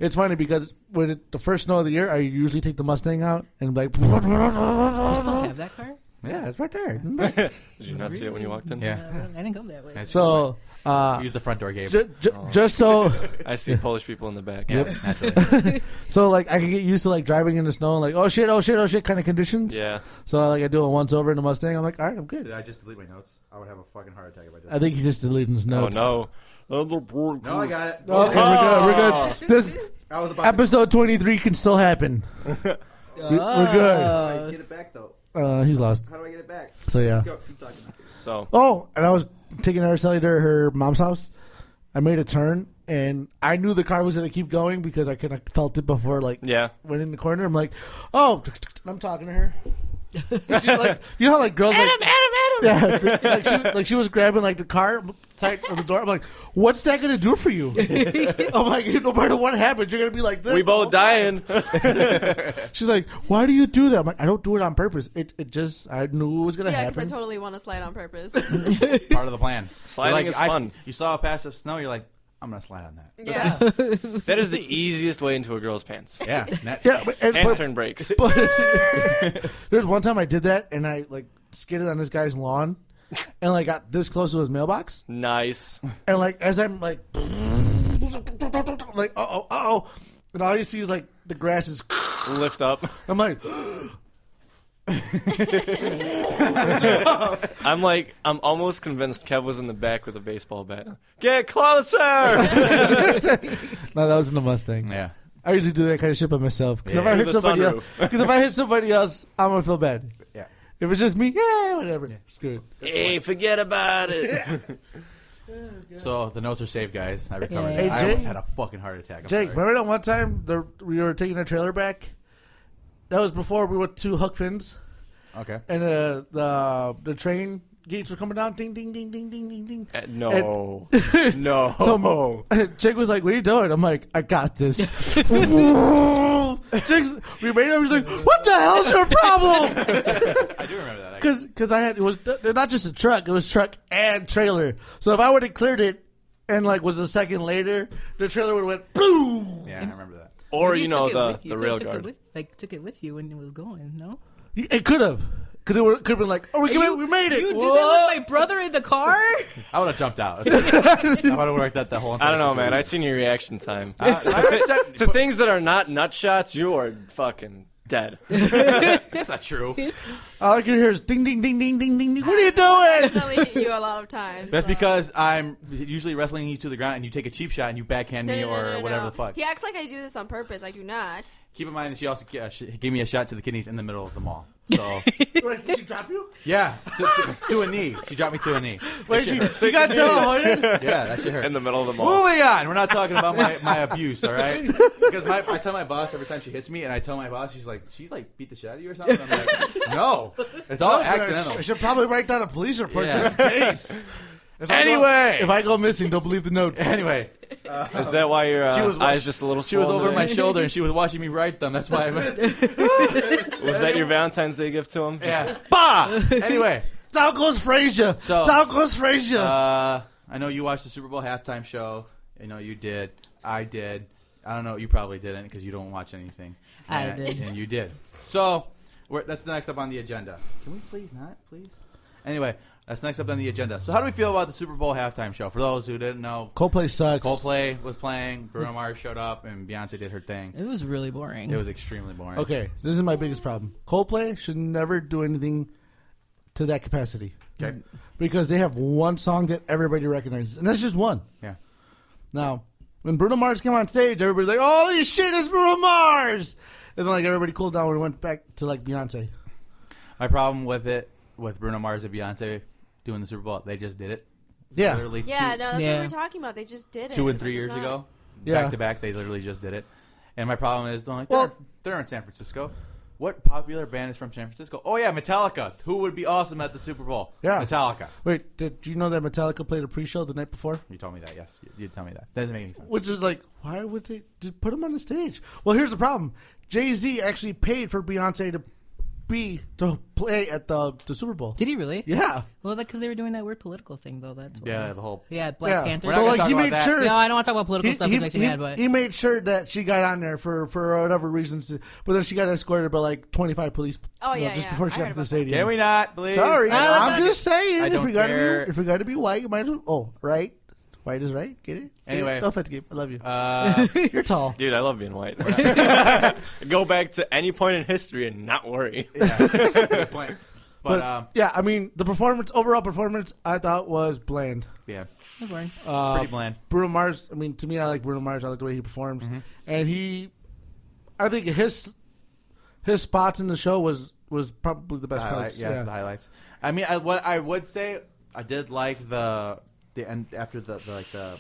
It's funny because when it, the first snow of the year, I usually take the Mustang out and like,
Have that car?
yeah, it's right there.
Did you not see it when you walked in?
yeah.
Uh, I didn't come that way.
So uh,
Use the front door, Gabe.
j- j-
Oh.
just so
I see Polish people in the back.
Yeah, naturally.
so like I can get used to like driving in the snow and like oh shit, oh shit, oh shit kind of conditions.
Yeah.
So like I do it once over in the Mustang. I'm like, all right, I'm good.
Did I just delete my notes? I would have a fucking heart attack if I did.
I think he just deleted his
Oh
notes.
no. No,
no, I got it.
Okay, we're good. We're good. This
I was about
episode 23 can still happen. we- we're good.
Oh.
get it back though.
Uh, he's lost.
How do I get it back?
So yeah.
keep talking.
So
Oh, and I was taking our celly to her mom's house. I made a turn, and I knew the car was going to keep going because I kind of felt it before, like,
yeah.
went in the corner. I'm like, oh, and I'm talking to her. She's like, you know how, like, girls, like,
Adam,
yeah, like, she, like, she was grabbing, like, the car side of the door. I'm like, what's that going to do for you? I'm like, no matter what happens, you're going to be like this.
We
the
both
whole time.
dying.
She's like, why do you do that? I'm like, I don't do it on purpose. It, it just, I knew it was going to
yeah, because I
happen.
totally want to slide on purpose.
Part of the plan.
Sliding
You're like,
is
I-
fun.
you saw a patch of snow. You're like, I'm gonna slide on that.
yeah.
that is the easiest way into a girl's pants.
Yeah. That,
yeah, but, and-
And
but-
turn breaks.
But there's one time I did that and I like skidded on this guy's lawn and like got this close to his mailbox
Nice.
and like as I'm like like uh oh uh oh and all you see is like the grass is
Lift up.
I'm like
I'm like, I'm almost convinced Kev was in the back with a baseball bat. Get closer.
no that was in the Mustang
Yeah.
I usually do that kind of shit by myself because if
Yeah.
I
Through
hit
the
somebody
sunroof.
else because if I hit somebody else I'm gonna feel bad
Yeah.
if it's just me yeah whatever screw it
hey, forget about it.
So the notes are saved, guys. I recovered.
Hey,
I
Jake-
almost had a fucking heart attack. I'm
Jake,
sorry.
remember that one time the, we were taking a trailer back? That was before we went to Huck Finn's,
Okay.
and uh, the the train gates were coming down. Ding, ding, ding, ding, ding, ding, ding.
Uh, no. no. Oh.
So Jake was like, "What are you doing?" I'm like, "I got this." Jake's, we made him. He's like, "What the hell's your problem?"
I do remember that. actually.
Because I had it was not just a truck; it was truck and trailer. So if I would have cleared it, and like was a second later, the trailer would have went boom.
Yeah, I remember that.
or you
took
know
it
the
with you.
the
You
rail
took it
guard.
with- Like took it with you when it was going. No.
It could have, because it could have been like, "Oh, we,
You-
we made it."
You did
Whoa.
that with my brother in the car.
I would have jumped out. I would have worked out the whole.
I
entire
don't know, man. I
situation.
seen your reaction time.
I-
to things that are not nut shots, you are fucking dead.
That's not true.
All I could hear is ding, ding, ding, ding, ding, ding. ding. What are you doing?
definitely hit you a lot of times.
That's
so.
because I'm usually wrestling you to the ground, and you take a cheap shot and you backhand
No,
me
no, no,
or
no, no.
whatever the fuck.
He acts like I do this on purpose. I do not.
Keep in mind that she also g- uh, she gave me a shot to the kidneys in the middle of the mall. So
Wait, did she drop you?
yeah, to, to- to a knee. She dropped me to a knee.
Where did you? You got down.
Yeah, that shit hurt.
in the middle of the mall.
Moving on. We're not talking about my, my abuse, all right? Because my, I tell my boss every time she hits me, and I tell my boss, she's like, she like beat the shit out of you or something. I'm like, no, it's all accidental.
I should probably write down a police report
Yeah.
just in case. If I go-
Anyway.
if I go missing, don't believe the notes.
Anyway,
Is that why your uh,
She was watch-
eyes just a little?
she was
swollen
over my
today?
shoulder and she was watching me write them. That's why. I'm,
Was that your Valentine's Day gift to him? Just-
yeah.
Bah!
Anyway,
Down goes Frazier.
So-
Down goes Frazier.
uh, I know you watched the Super Bowl halftime show. I know you did. I did. I don't know. You probably didn't because you don't watch anything.
I
and,
did.
And you did. So we're, that's the next up on the agenda. Can we please not, please? Anyway, that's next up on the agenda. So how do we feel about the Super Bowl halftime show? For those who didn't know,
Coldplay sucks.
Coldplay was playing, Bruno Mars showed up, and Beyonce did her thing.
It was really boring.
It was extremely boring.
Okay, this is my biggest problem. Coldplay should never do anything to that capacity
Okay.
because they have one song that everybody recognizes, and that's just one.
Yeah.
Now, when Bruno Mars came on stage, everybody's like, "Holy shit, it's Bruno Mars!" And then like everybody cooled down and went back to like Beyonce.
My problem with it, with Bruno Mars and Beyonce doing the Super Bowl, they just did it.
Yeah,
Literally
Yeah,
two,
no, that's
Yeah.
what we were talking about. They just did it.
two and three
Like,
years
not-
ago.
Yeah.
Back to back, they literally just did it. And my problem is, they're, like,
Well-
they're, they're in San Francisco. What popular band is from San Francisco? Oh, yeah, Metallica. Who would be awesome at the Super Bowl?
Yeah.
Metallica.
Wait, did you know that Metallica played a pre-show the night before?
You told me that, yes. You, you tell me that. That doesn't make any sense.
Which is like, why would they just put him on the stage? Well, here's the problem: Jay Z actually paid for Beyonce to be to play at the the Super Bowl.
Did he really?
Yeah,
Well, because they were doing that weird political thing, though. That's why.
Yeah, the whole.
Yeah, Black
yeah.
Panther.
We're
So
not
like,
gonna
he
talk
made
about that.
sure.
no, I don't want to talk about political
He,
stuff.
he-
It makes me
he-
mad, but
he made sure that she got on there for, for whatever reasons, but then she got escorted by like 25 police.
Oh,
you know,
yeah,
just
yeah.
before she
I
got to
heard
the
about that.
stadium.
Can we not, please?
Sorry,
I don't
I'm
know.
just saying.
I
if
don't
we gotta
care.
be if we gotta be white, you might as well. Oh, right, white is right. Get it?
Anyway.
no offense, Gabe. I love you.
Uh,
You're tall.
Dude, I love being white. Go back to any point in history and not worry.
yeah, good point. But,
But
um,
yeah, I mean the performance overall performance I thought was bland.
yeah,
it was boring.
Oh, uh,
pretty bland.
Bruno Mars. I mean, to me, I like Bruno Mars. I like the way he performs,
Mm-hmm.
and he, I think his his spots in the show was was probably the best
highlight-
parts.
yeah, the highlights. I mean, I, what I would say, I did like the the end after the, the like the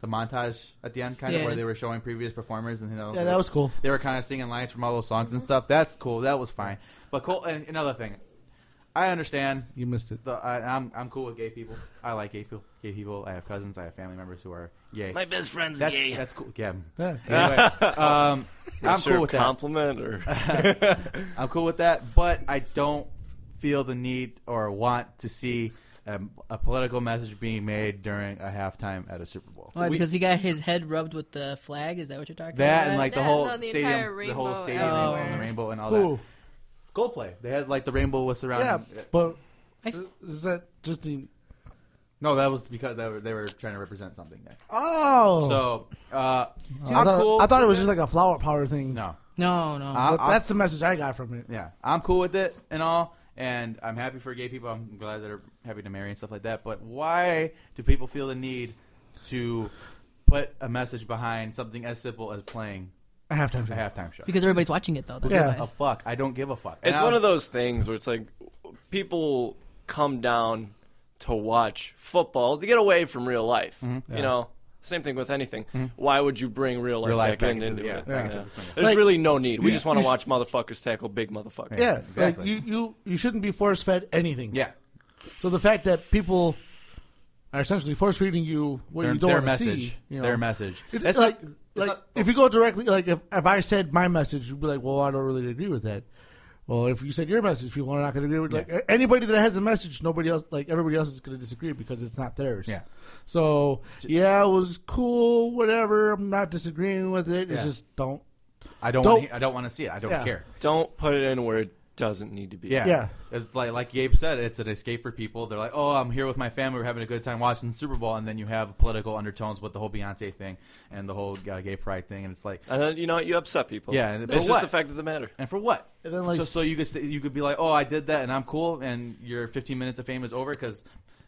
the montage at the end, kind of
Yeah.
where they were showing previous performers and you know,
Yeah, that was cool.
They were kind of singing lines from all those songs and stuff. That's cool. That was fine. But Cole, and another thing, I understand.
You missed it.
The, I, I'm I'm cool with gay people. I like gay people. Gay people. I have cousins. I have family members who are gay.
My best friend's
that's that's cool. Yeah.
Yeah.
Anyway, um, I'm
Sure,
cool with that.
compliment or
I'm cool with that, but I don't feel the need or want to see um, a political message being made during a halftime at a Super Bowl.
Why?
We-
because he got his head rubbed with the flag. Is that what you're talking about?
that and like the
Yeah,
whole
no, the entire
stadium, the whole stadium
rainbow
rainbow and the
everywhere.
rainbow and all
Ooh.
that. Coldplay, they had like the rainbow was
Yeah,
surrounding.
but
I-
is that just the
No, that was because they were, they were trying to represent something there.
oh?
So uh,
I
I'm
thought,
cool.
I thought it was
with
just like a flower power thing.
no.
no, no.
I-
But
I-
that's the message I got from it.
yeah, I'm cool with it and all, and I'm happy for gay people. I'm glad they're happy to marry and stuff like that. But why do people feel the need to put a message behind something as simple as playing
I have time
a
to have.
halftime show?
because everybody's watching it though. That's
Yeah.
why.
a fuck, I don't give a fuck.
it's
And
one
I'm-
of those things where it's like people come down to watch football to get away from real life.
Mm-hmm.
You know, same thing with anything. Why would you bring real life,
Real life
back,
back
in-
into-
into,
yeah,
it?
back into
Yeah.
the swing.
There's
Like-
really no need. We just want
You
to watch motherfuckers tackle big motherfuckers.
Yeah,
Exactly.
like you, you you shouldn't be force fed anything.
yeah,
So the fact that people are essentially force feeding you what
their,
you don't
their
want to
message,
see, you know.
their message.
It-
That's
like,
not-
like
not-
if you go directly, like if, if I said my message, you'd be like, well, I don't really agree with that. Well, if you said your message, people are not going to agree with. Like a- anybody that has a message, nobody else, like everybody else, is going to disagree because it's not theirs.
Yeah.
So yeah, it was cool. Whatever. I'm not disagreeing with it. It's
Yeah.
just don't.
I don't,
Don't-
wanna, I don't want to see it. I don't
Yeah.
care.
Don't put it in where it doesn't need to be.
Yeah.
Yeah.
It's like like Gabe said, it's an escape for people. They're like, Oh, I'm here with my family, we're having a good time watching the Super Bowl and then you have political undertones with the whole Beyonce thing and the whole uh, gay pride thing and it's like
And then, you know, you upset people.
Yeah, and
it's
for
just
what?
the fact of the matter.
and for what?
And then, like,
so, so you could say, you could be like, "Oh, I did that, and I'm cool," and your 15 minutes of fame is over because,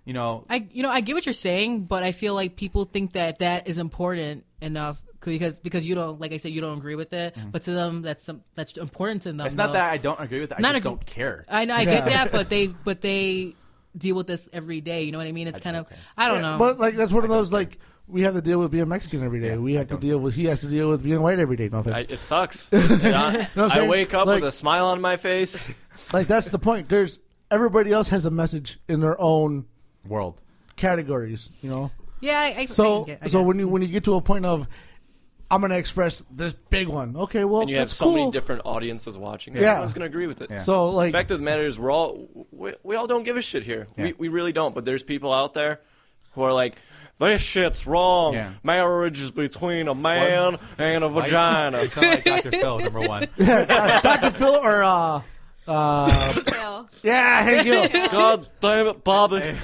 you know,
I you know I get what you're saying, but I feel like people think that that is important enough because because you don't like I said you don't agree with it, but to them that's some, that's important to them.
It's not
though.
that I don't agree with it. I
Not
just
agree-
don't care.
I know I get that, but they but they deal with this every day. You know what I mean? It's kind of I don't know.
But like that's one of those like we have to deal with being Mexican every day. we have to
don't-
deal with he has to deal with being white every day. No
I,
offense.
it sucks. And I,
No, I'm
I
saying,
wake up
like-
with a smile on my face.
like that's the point. There's everybody else has a message in their own
World.
categories. You know.
yeah, I, I
So
I get- I
so
guess.
when you when you get to a point of I'm gonna express this big one. Okay, well
And you have
that's
so
cool.
many different audiences watching.
Yeah.
I was going to agree with it.
so like
The fact of the matter is, we're all we, we all don't give a shit here.
Yeah.
We, we really don't. But there's people out there who are like, this shit's wrong.
Yeah.
Marriage is between a man and a vagina.
You sound like Dr. Phil, number one.
Dr. Phil or uh uh
Phil.
yeah, Hank Hill.
God damn it, Bobby.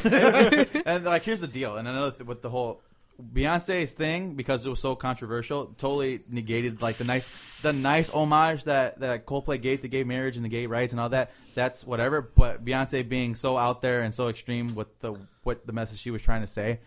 and like, here's the deal. And another th- with the whole Beyonce's thing because it was so controversial, totally negated like the nice, the nice homage that that Coldplay gave to gay marriage and the gay rights and all that. That's whatever. But Beyonce being so out there and so extreme with the what the message she was trying to say.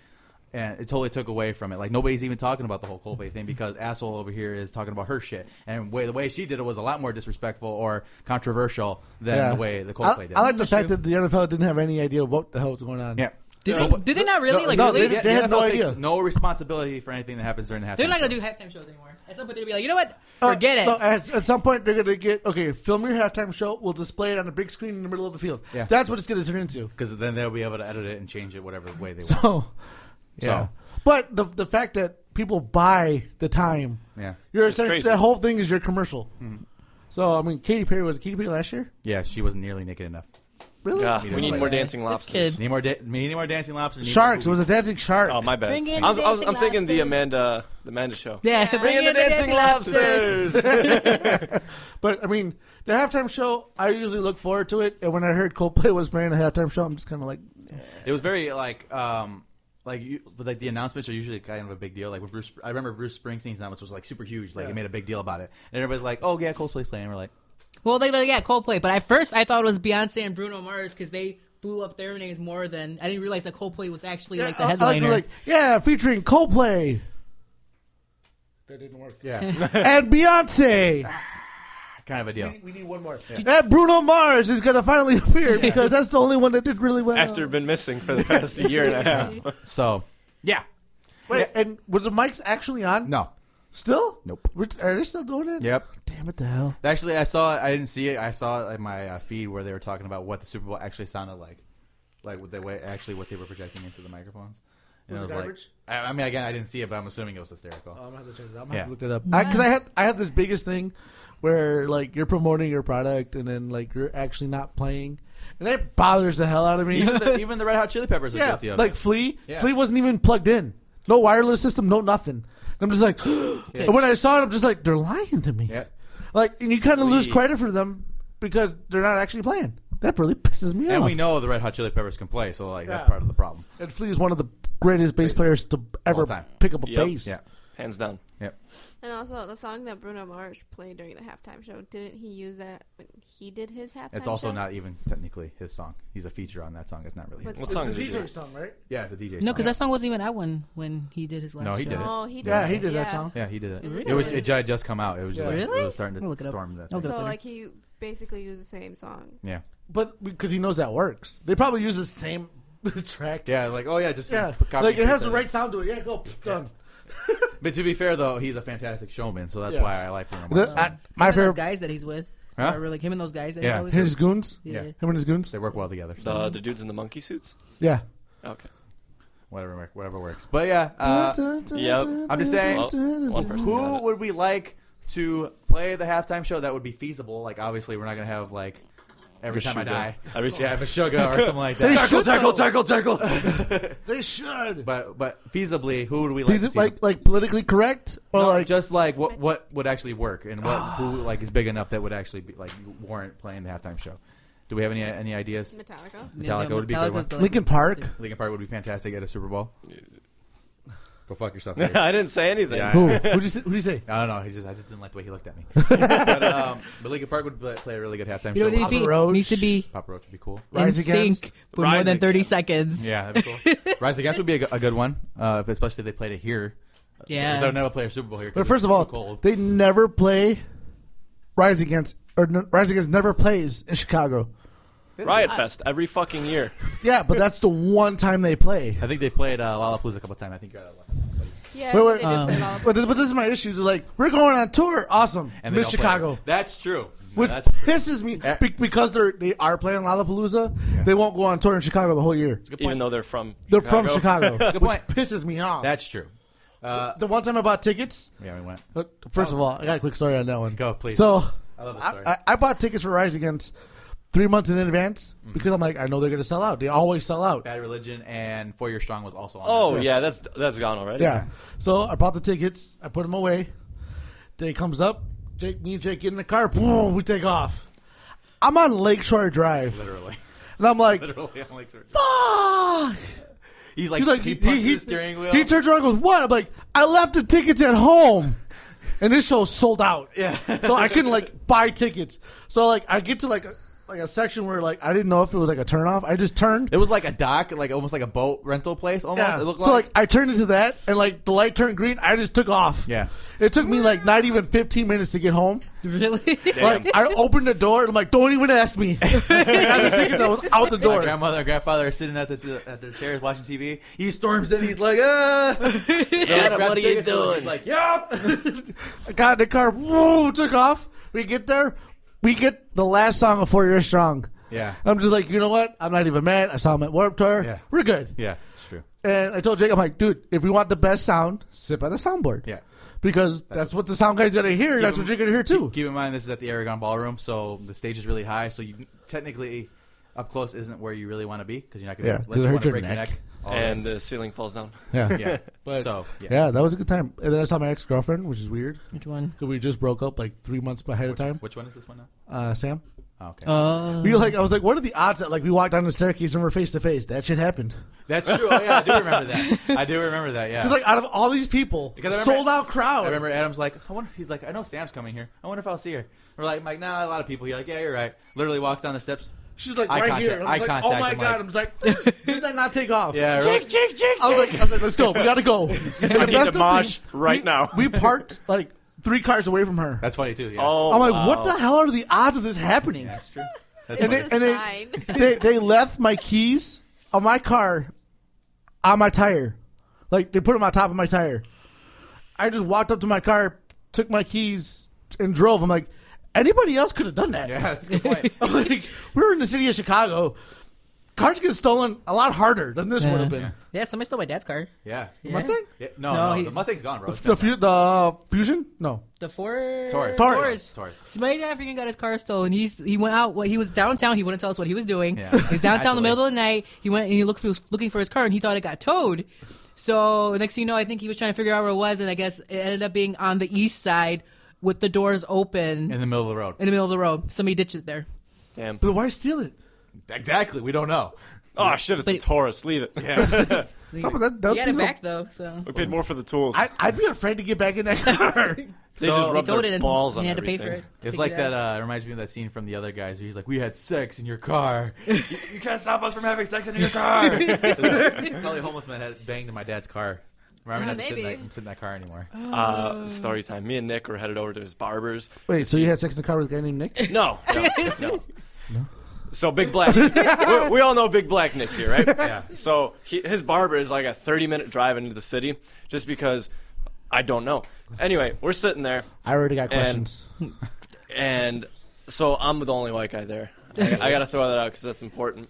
And it totally took away from it. Like nobody's even talking about the whole Coldplay thing because asshole over here is talking about her shit. And way the way she did it was a lot more disrespectful or controversial than
Yeah.
the way the
I,
Coldplay did.
I like the
That's
fact
true.
that the NFL didn't have any idea what the hell was going on.
yeah.
did
No,
they,
but-
did they not really
no,
like
no,
really?
they-
They,
they- had
NFL
no
takes
idea.
No responsibility for anything that happens during the halftime.
are not gonna
show.
do halftime shows anymore. At some point they're gonna be like, you know what?
Uh,
Forget it.
no, at, at some point, they're going to get okay. Film your halftime show. We'll display it on a big screen in the middle of the field.
Yeah.
That's what it's going to turn into.
because then they'll be able to edit it and change it whatever way they want.
So, yeah. But the the fact that people buy the time,
Yeah,
you're
It's
saying
crazy. Hmm.
that whole thing is your commercial. So I mean, Katy Perry was Katy Perry last year.
yeah. She wasn't nearly naked enough.
Really?
Yeah, we need more dancing
This
lobsters.
kid.
Need more, da- need more dancing lobsters. need
Sharks. It
more
was a dancing shark.
Um,
Oh my bad.
Bring in
I'm, I was,
dancing
I'm thinking the
lobsters.
Amanda the Amanda show.
yeah,
Bring
Bring in the dancing, lobsters.
But I mean, the halftime show. I usually look forward to it. And when I heard Coldplay was playing the halftime show, I'm just kind of like,
boobies. It was very like, um, like you, but, like the announcements are usually kind of a big deal. Like with Bruce, I remember Bruce Springsteen's announcement was like super huge. Like it made a big deal about it, and everybody's like, "Oh yeah, Coldplay's playing." We're like,
Well, they, they got Coldplay, but at first I thought it was Beyonce and Bruno Mars because they blew up their names more than I didn't realize that Coldplay was actually like the
I- I
headliner.
like, yeah, featuring Coldplay. That didn't work.
"Yeah,
and Beyonce.
kind of a deal."
We need one more. And Bruno Mars is going to finally appear because that's the only one that did really well.
After been missing for the past year and a half.
So yeah,
Wait, and was the mics actually on?
no,
Still?
Nope.
We're- Are they still doing it?
yep.
Damn it, the hell.
Actually, I saw. I didn't see it. I saw it in my uh, feed where they were talking about what the Super Bowl actually sounded like, like what they way actually what they were projecting into the microphones. And
Was
I
it
was
garbage? Oh.
like, I, I mean, again, I didn't see it, but I'm assuming it was hysterical.
I'm going to have to check that out. I'm going to
Yeah.
have to look that up. Because I, have, I have this biggest thing where, like, you're promoting your product and then, like, you're actually not playing. And that bothers the hell out of me.
even, the, even the Red Hot Chili Peppers are
Yeah,
guilty of
like
it.
Flea.
Yeah.
Flea wasn't even plugged in. No wireless system. No nothing. And I'm just like, and when I saw it, I'm just like, they're lying to me.
Yeah.
Like, and you kind of lose
Flea.
credit for them because they're not actually playing. That really pisses me
and
off.
we know the Red Hot Chili Peppers can play, so like that's
Yeah.
part of the problem.
And Flea is one of the greatest bass players to ever
All time.
pick up a
Yep.
bass.
Yeah.
Hands down.
Yep.
And also the song that Bruno Mars played during the halftime show. Didn't he use that when he did his halftime?
It's also
show?
not even technically his song. He's a feature on that song. It's not really. His
What's-
song.
What song did you do?
song, right?
Yeah, it's a DJ.
no,
song.
because that song wasn't even out when when he did his last.
No, he
show.
did it.
No, Oh, he did.
Yeah, he
it,
did that
yeah.
song.
Yeah, he did it.
Really?
It was it had just come out. It was just, like,
Really?
it was starting to
I'll look it up.
storm. That
I'll
thing.
look-
So
Opener.
like he basically used the same song.
yeah,
But because he knows that works, they probably use the same track.
yeah. Like oh yeah, just
Yeah.
copy
Like it
and
has
paste
the
it.
right sound to it. Yeah, go pff, done.
But to be fair, though, he's a fantastic showman, so that's
Yeah.
why I like him.
The- I- my
Him and those
favorite,
guys that he's with.
Huh?
Are really him and those guys. That he's
Yeah.
always
his
with.
goons.
Yeah.
Yeah.
Him and his goons.
they work well together. so
The the dudes in the monkey suits.
Yeah.
Okay.
whatever, work- whatever works. But yeah, uh,
yep.
I'm just saying,
Well, one person got
who
it.
would we like to play the halftime show? That would be feasible. Like, obviously, we're not gonna have like every time I
Meshuggah.
die.
Every
Yeah,
time.
Meshuggah or something like
They
that.
should,
tackle,
though.
tackle, tackle, tackle.
They should.
But but feasibly, who would we like?
Is
to
it
see
like like politically correct or
No,
like
just like what what would actually work and what who like is big enough that would actually be, like warrant playing the halftime show? Do we have any any ideas?
Metallica.
Metallica would be a good
Metallica's the-
Lincoln Park?
Linkin Park would be fantastic at a Super Bowl. Go fuck yourself. Dave.
I didn't say anything.
Yeah,
Who? Who'd you say? Who'd you say?
I don't know. He just I just didn't like the way he looked at me. but, um, but Linkin Park would play, play a really good halftime
You know,
show.
what
Papa,
needs, to be,
Papa Roach.
needs to be
Papa Roach would be cool.
Rise
in
Against.
sync for more
Rise
than thirty
Against.
seconds.
Yeah, that'd be cool. Rise Against would be a, g- a good one, uh, if- especially if they played it here.
Yeah.
They'll never play a Super Bowl here. 'cause
But first
it's
of all,
too cold.
they never play Rise Against or n- Rise Against never plays in Chicago.
Riot Fest every fucking year.
Yeah, but that's the one time they play.
I think they played uh, Lollapalooza a couple times. I think you're out of luck.
Yeah,
Wait, wait,
they do play
um,
volleyball.
But this, but this is my issue. They're like, we're going on tour. Awesome.
And
And
they
Miss
don't play.
Chicago.
That's true. No,
Which
that's true.
pisses me be- because they're they are playing Lollapalooza. They won't go on tour in Chicago the whole year.
Good
Even
point.
though they're from
They're from Chicago, which
point.
pisses me off.
That's true. Uh,
the one time I bought tickets.
yeah, we went.
Look, First of all, I got a quick story on that one.
Go, please.
So
I love the
I,
story.
I, I bought tickets for Rise Against three months in advance because I'm like, I know they're gonna sell out. They always sell out.
Mm-hmm. Bad Religion and Four Year Strong was also on.
Oh
there.
yeah, that's that's gone already.
Yeah. So I bought the tickets. I put them away. Day comes up. Jake, me and Jake get in the car. Boom, we take off. I'm on Lakeshore Drive,
literally,
and I'm like,
literally. I'm like, sort of-
fuck.
he's like,
He's like,
he
he,
punches
he,
the steering wheel.
He turns around and goes, "What?" I'm like, "I left the tickets at home." And this show sold out.
Yeah.
so I couldn't like buy tickets. So like I get to like a, like a section where like I didn't know if it was like a turnoff. I just turned.
it was like a dock, like almost like a boat rental place. Almost.
Yeah.
It looked
so like I turned into that, and like the light turned green. I just took off.
Yeah.
It took me like not even 15 minutes to get home.
Really?
Like I opened the door, and I'm like, don't even ask me. I had the tickets. I was out the
my
door.
grandmother and grandfather are sitting at the at their chairs watching TV. He storms in. He's like, ah.
Adam,
Grab
what are
the
you
tickets, He's
doing?
like, yup.
I got in the car. Woo! Took off. We get there. We get the last song of Four Years Strong.
Yeah.
I'm just like, you know what? I'm not even mad. I saw him at Warped Tour.
Yeah.
We're good.
yeah, it's true.
And I told Jake, I'm like, dude, if we want the best sound, sit by the soundboard.
Yeah.
Because that's, what the sound guy's gonna hear. That's
him-
what you're gonna hear too.
Keep in mind, this is at the Aragon Ballroom, so the stage is really high. So you technically, up close isn't where you really want to be because you're not going
Yeah,
to.
'cause it hurt your neck.
And the ceiling falls down.
yeah.
yeah, so yeah.
Yeah, that was a good time. And then I saw my ex girlfriend, which is weird.
Which one?
Because we just broke up like three months ahead of time.
Which one is this one now?
Uh, Sam,
Oh, okay,
Uh,
we like I was like, what are the odds that like we walked down the staircase and we're face to face? That shit happened.
that's true. Oh yeah, I do remember that. I do remember that. Yeah,
Because like out of all these people,
Because I remember-
sold out crowd.
I remember Adam's like, I wonder. He's like, I know Sam's coming here. I wonder if I'll see her. We're like, Mike, nah, a lot of people. He's like, yeah, you're right. Literally walks down the steps.
She's like
Eye
right
contact-
here. And
eye
I was like, oh
contact,
my
I'm
god. I'm just like, did that not take off?
Yeah, right.
I was like, I was like, let's go. We gotta go. And the
I need
best
to
of
mosh
things,
right
we-
now.
We parked like three cars away from her.
That's funny too. Yeah,
Oh,
I'm like,
wow.
what the hell are the odds of this happening?
that's true. That's
It
funny.
was a
and they-
sign.
they they left my keys on my car on my tire. Like they put them on top of my tire. I just walked up to my car, took my keys, and drove. I'm like, anybody else could have done that.
yeah, that's a good point.
I'm like, we were in the city of Chicago. Cars get stolen a lot harder than this
Yeah.
would have been.
yeah, somebody stole my dad's car.
Yeah,
Mustang?
Yeah, no, no,
No, he-
the Mustang's gone, bro. It's
The, fu-
been
the fusion? No.
The Ford.
Taurus.
Taurus.
Taurus.
Somebody that freaking got his car stolen. He's he went out. Well, he was downtown. He wouldn't tell us what he was doing.
Yeah,
He's downtown in the
naturally.
middle of the night. He went and he looked for, was looking for his car, and he thought it got towed. So next thing you know, I think he was trying to figure out where it was, and I guess it ended up being on the east side with the doors open
In
in,
the middle of the road.
the middle of the road. Somebody ditched it there.
Damn.
But why steal it?
Exactly. We don't know.
Oh shit, it's a
But-
Taurus. Leave it.
No, but that, that
he had
thing's
it
a-
back though, so
We paid more for the tools.
I, I'd be afraid to get back in that car.
they
So-
just
He
rubbed
towed it
their
and
balls
he
on
had to pay
everything.
for it.
It's
Take
like
it
that.
out.
Uh, it reminds me of that scene from the other guys where he's like, "We had sex in your car. you, you can't stop us from having sex in your car." Probably a homeless man had banged in my dad's car. Remember,
Yeah,
not to sit in that,
maybe.
sit in that car anymore.
Uh, story time. Me and Nick were headed over to his barber's.
Wait, so you had sex in the car with a guy named Nick?
No, no, no. So Big Black, we, we all know Big Black Nick here, right?
Yeah.
So he, his barber is like a 30 minute drive into the city, just because I don't know. Anyway, we're sitting there,
I already got questions.
and so I'm the only white guy there. I, I got to throw that out because that's important.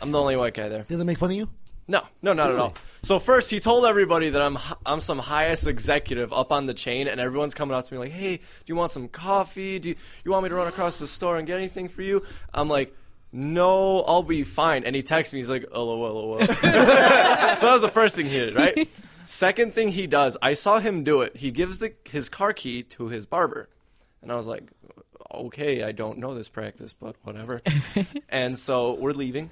I'm the only white guy there.
Did they make fun of you?
No, no, not at all. So first, he told everybody that I'm hi- I'm some highest executive up on the chain, and everyone's coming up to me like, "Hey, do you want some coffee? Do you, you want me to run across the store and get anything for you?" I'm like, "No, I'll be fine." And he texts me, he's like, "Oh, "LOL, LOL." so that was the first thing he did, right? Second thing he does, I saw him do it. He gives the his car key to his barber, and I was like, "Okay, I don't know this practice, but whatever." and so we're leaving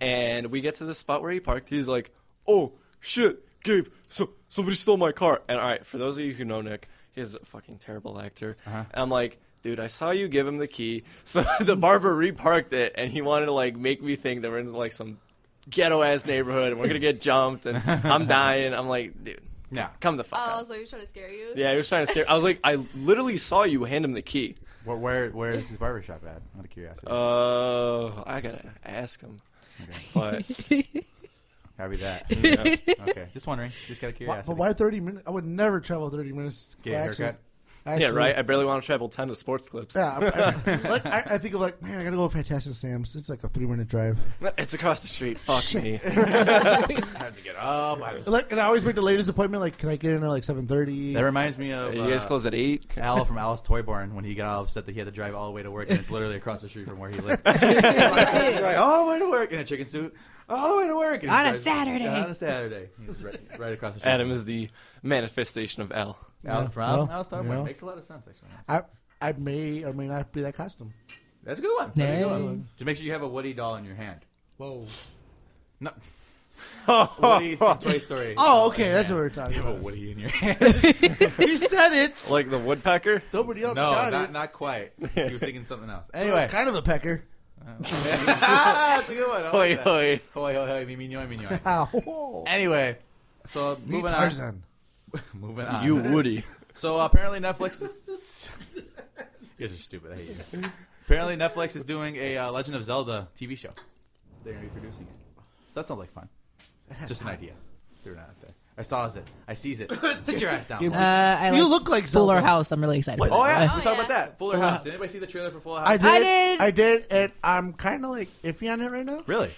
and we get to the spot where he parked. He's like, "Oh shit, Gabe, so somebody stole my car." And all right, for those of you who know Nick, he's a fucking terrible actor. And I'm like, "Dude, I saw you give him the key." So the barber reparked it, and he wanted to like make me think that we're in like some ghetto ass neighborhood and we're gonna get jumped, and I'm dying. I'm like, dude.
Nah.
Come the fuck
Oh,
out.
so he was trying to scare you?
Yeah, he was trying to scare. I was like, I literally saw you hand him the key.
Where, where where is his barbershop at? Out of curiosity.
Uh, I gotta ask him. But
Copy that. Yeah. Okay. Just wondering. Just got of
Why,
curiosity.
but why 30 minutes? I would never travel 30 minutes.
Get a
Actually-
haircut.
actually-
yeah, right. I barely want to travel ten to sports clips.
Yeah, I, I, like, I, I think of like, man, I gotta go to Fantastic Sam's. It's like a three minute drive.
It's across the street. Fuck me.
I have to get up. I-
Like, and I always make the latest appointment. Like, can I get in at like seven thirty?
That reminds me of
you guys
uh,
close at eight.
Al from Alice Toyborn when he got all upset that he had to drive all the way to work and it's literally across the street from where he lived. right, all the way to work in a chicken suit, all the way to work and he
On a
drives-
Saturday.
yeah, On a Saturday, he was right, right across the street.
Adam is the manifestation of L.
Al from
Well,
Alice Toyborn
you know.
makes a lot of sense actually.
I I may or may not be that costume.
That's a good one. That's a good
Hey.
one. Just make sure you have a Woody doll in your hand.
Whoa.
No,
Oh.
Woody from
like
Toy Story.
Oh, okay,
Yeah.
that's what we're talking
You have a
about.
Woody in your hand. uh,
you said it.
the woodpecker.
Nobody else
no,
got
not,
it.
not quite. He was thinking something else.
anyway,
Anyway,
it's kind of a pecker.
ah, that's a good one. I like
Hoi
that.
hoi.
Hoi, hoi, hoi, mi, mignon, mignon.
Ow.
Anyway, so
Me,
moving on.
Tarzan.
Moving on.
You Woody.
So uh, apparently Netflix is. you guys are stupid. I hate you. Apparently Netflix is doing a uh, Legend of Zelda TV show. They're gonna be producing it. So that sounds like fun. Just an idea. They're not out there. I saw it. I seize it. Sit your ass down.
Uh, I
You
like
look like
Fuller
Zelda.
House. I'm really excited. for
Oh
that.
yeah,
Oh,
we talked
yeah.
about that. Fuller House. Did anybody see the trailer for Fuller House?
I did.
I did.
I did, and I'm kind of like iffy on it right now.
really?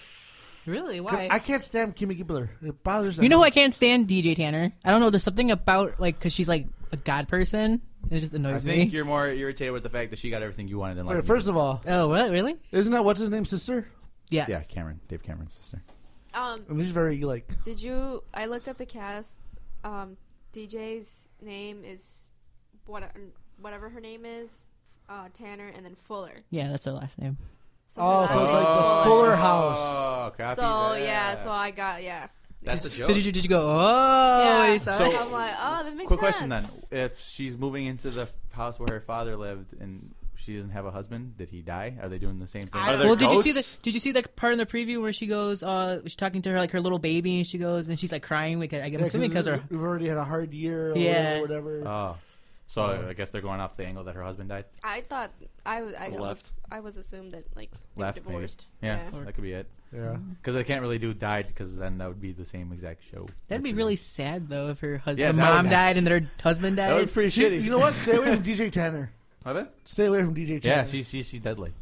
Really? Why?
I can't stand Kimmy Gibbler. It bothers
you know who I can't stand? DJ Tanner. I don't know. There's something about like because she's like a god person. It just
I
annoys
think
me.
you're more irritated with the fact that she got everything you wanted in life.
Wait, first of all,
Oh, what? Really?
isn't that what's his name sister?
Yes.
yeah, Cameron, Dave Cameron's sister.
Um,
And he's very like
Did you? I looked up the cast. Um, DJ's name is what, whatever her name is, uh, Tanner, and then Fuller.
Yeah, that's her last name.
So her
Oh,
last
so it's
name is
like the Fuller House.
Oh, copy
So
that.
yeah, so I got yeah.
that's a joke.
So did you, did you go? Oh,
yeah.
you saw
So-
it?
I'm like, oh, that makes
Quick
sense.
question then: If she's moving into the house where her father lived and she doesn't have a husband, did he die? Are they doing the same thing?
Are there
well, did you see
ghosts?
the did you see the part in the preview where she goes? Uh, she's talking to her like her little baby, and she goes and she's like crying. Like, I- I'm assuming because her.
we've already had a hard year. Or
Yeah.
whatever.
oh, so I guess they're going off the angle that her husband died.
I thought I was I
Left.
was I was assumed that like they were
Left, maybe.
divorced.
Yeah, that could be it.
yeah.
Mm-hmm.
Because they can't really do died because then that would be the same exact show.
That'd be really sad though if her husband,
Yeah,
her
that would-
mom died and her husband
That would
died.
be pretty
You,
shitty.
you know what? Stay away from DJ Tanner.
My bad?
Stay away from DJ Tanner.
Yeah, she's she's she's deadly.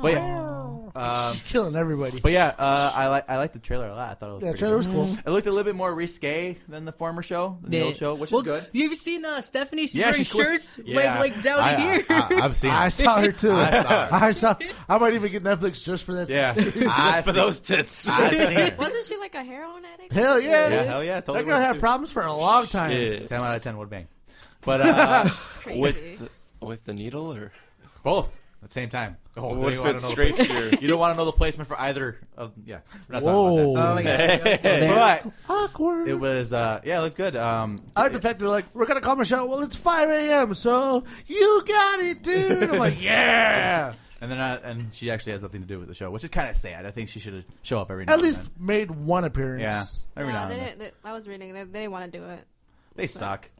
But yeah, um,
she's killing everybody.
but yeah, uh, I like I like the trailer a lot. I thought it was
yeah,
pretty
trailer
good.
was cool.
It looked a little bit more risque than the former show, than the
They-
old show, which
well,
is good.
You've seen uh, Stephanie? She's
Yeah,
wearing
she's cool.
shirts
Yeah.
like like down
I-
here.
I, I, have seen.
I
it.
saw her too.
I saw her.
I saw. I might even get Netflix just for that.
Yeah,
scene.
I
For
seen-
those tits.
I seen her.
Wasn't she like a heroin addict?
Hell yeah.
Yeah, hell yeah, totally
That girl
would,
had
too.
problems for a long time.
Yeah.
Ten out of ten would bang. But uh,
It's crazy.
With the, with the needle or
both at the same time. Oh,
what if
you wanna
it
know the
scrapes your?
pla- you don't want to know the placement for either of yeah. we're not talking
Whoa.
about
oh my god.
that.
Awkward.
But it was uh, yeah, it looked good. Um,
I like the fact they're like, we're gonna call Michelle. Well, it's 5 a.m. So you got it, dude. I'm like, yeah.
and then I, and she actually has nothing to do with the show, which is kind of sad. I think she should show up every now
At
and
least
then.
made one appearance.
yeah, every
no,
now
they
and then.
didn't, they, I was reading. They, they didn't want to do it.
They suck.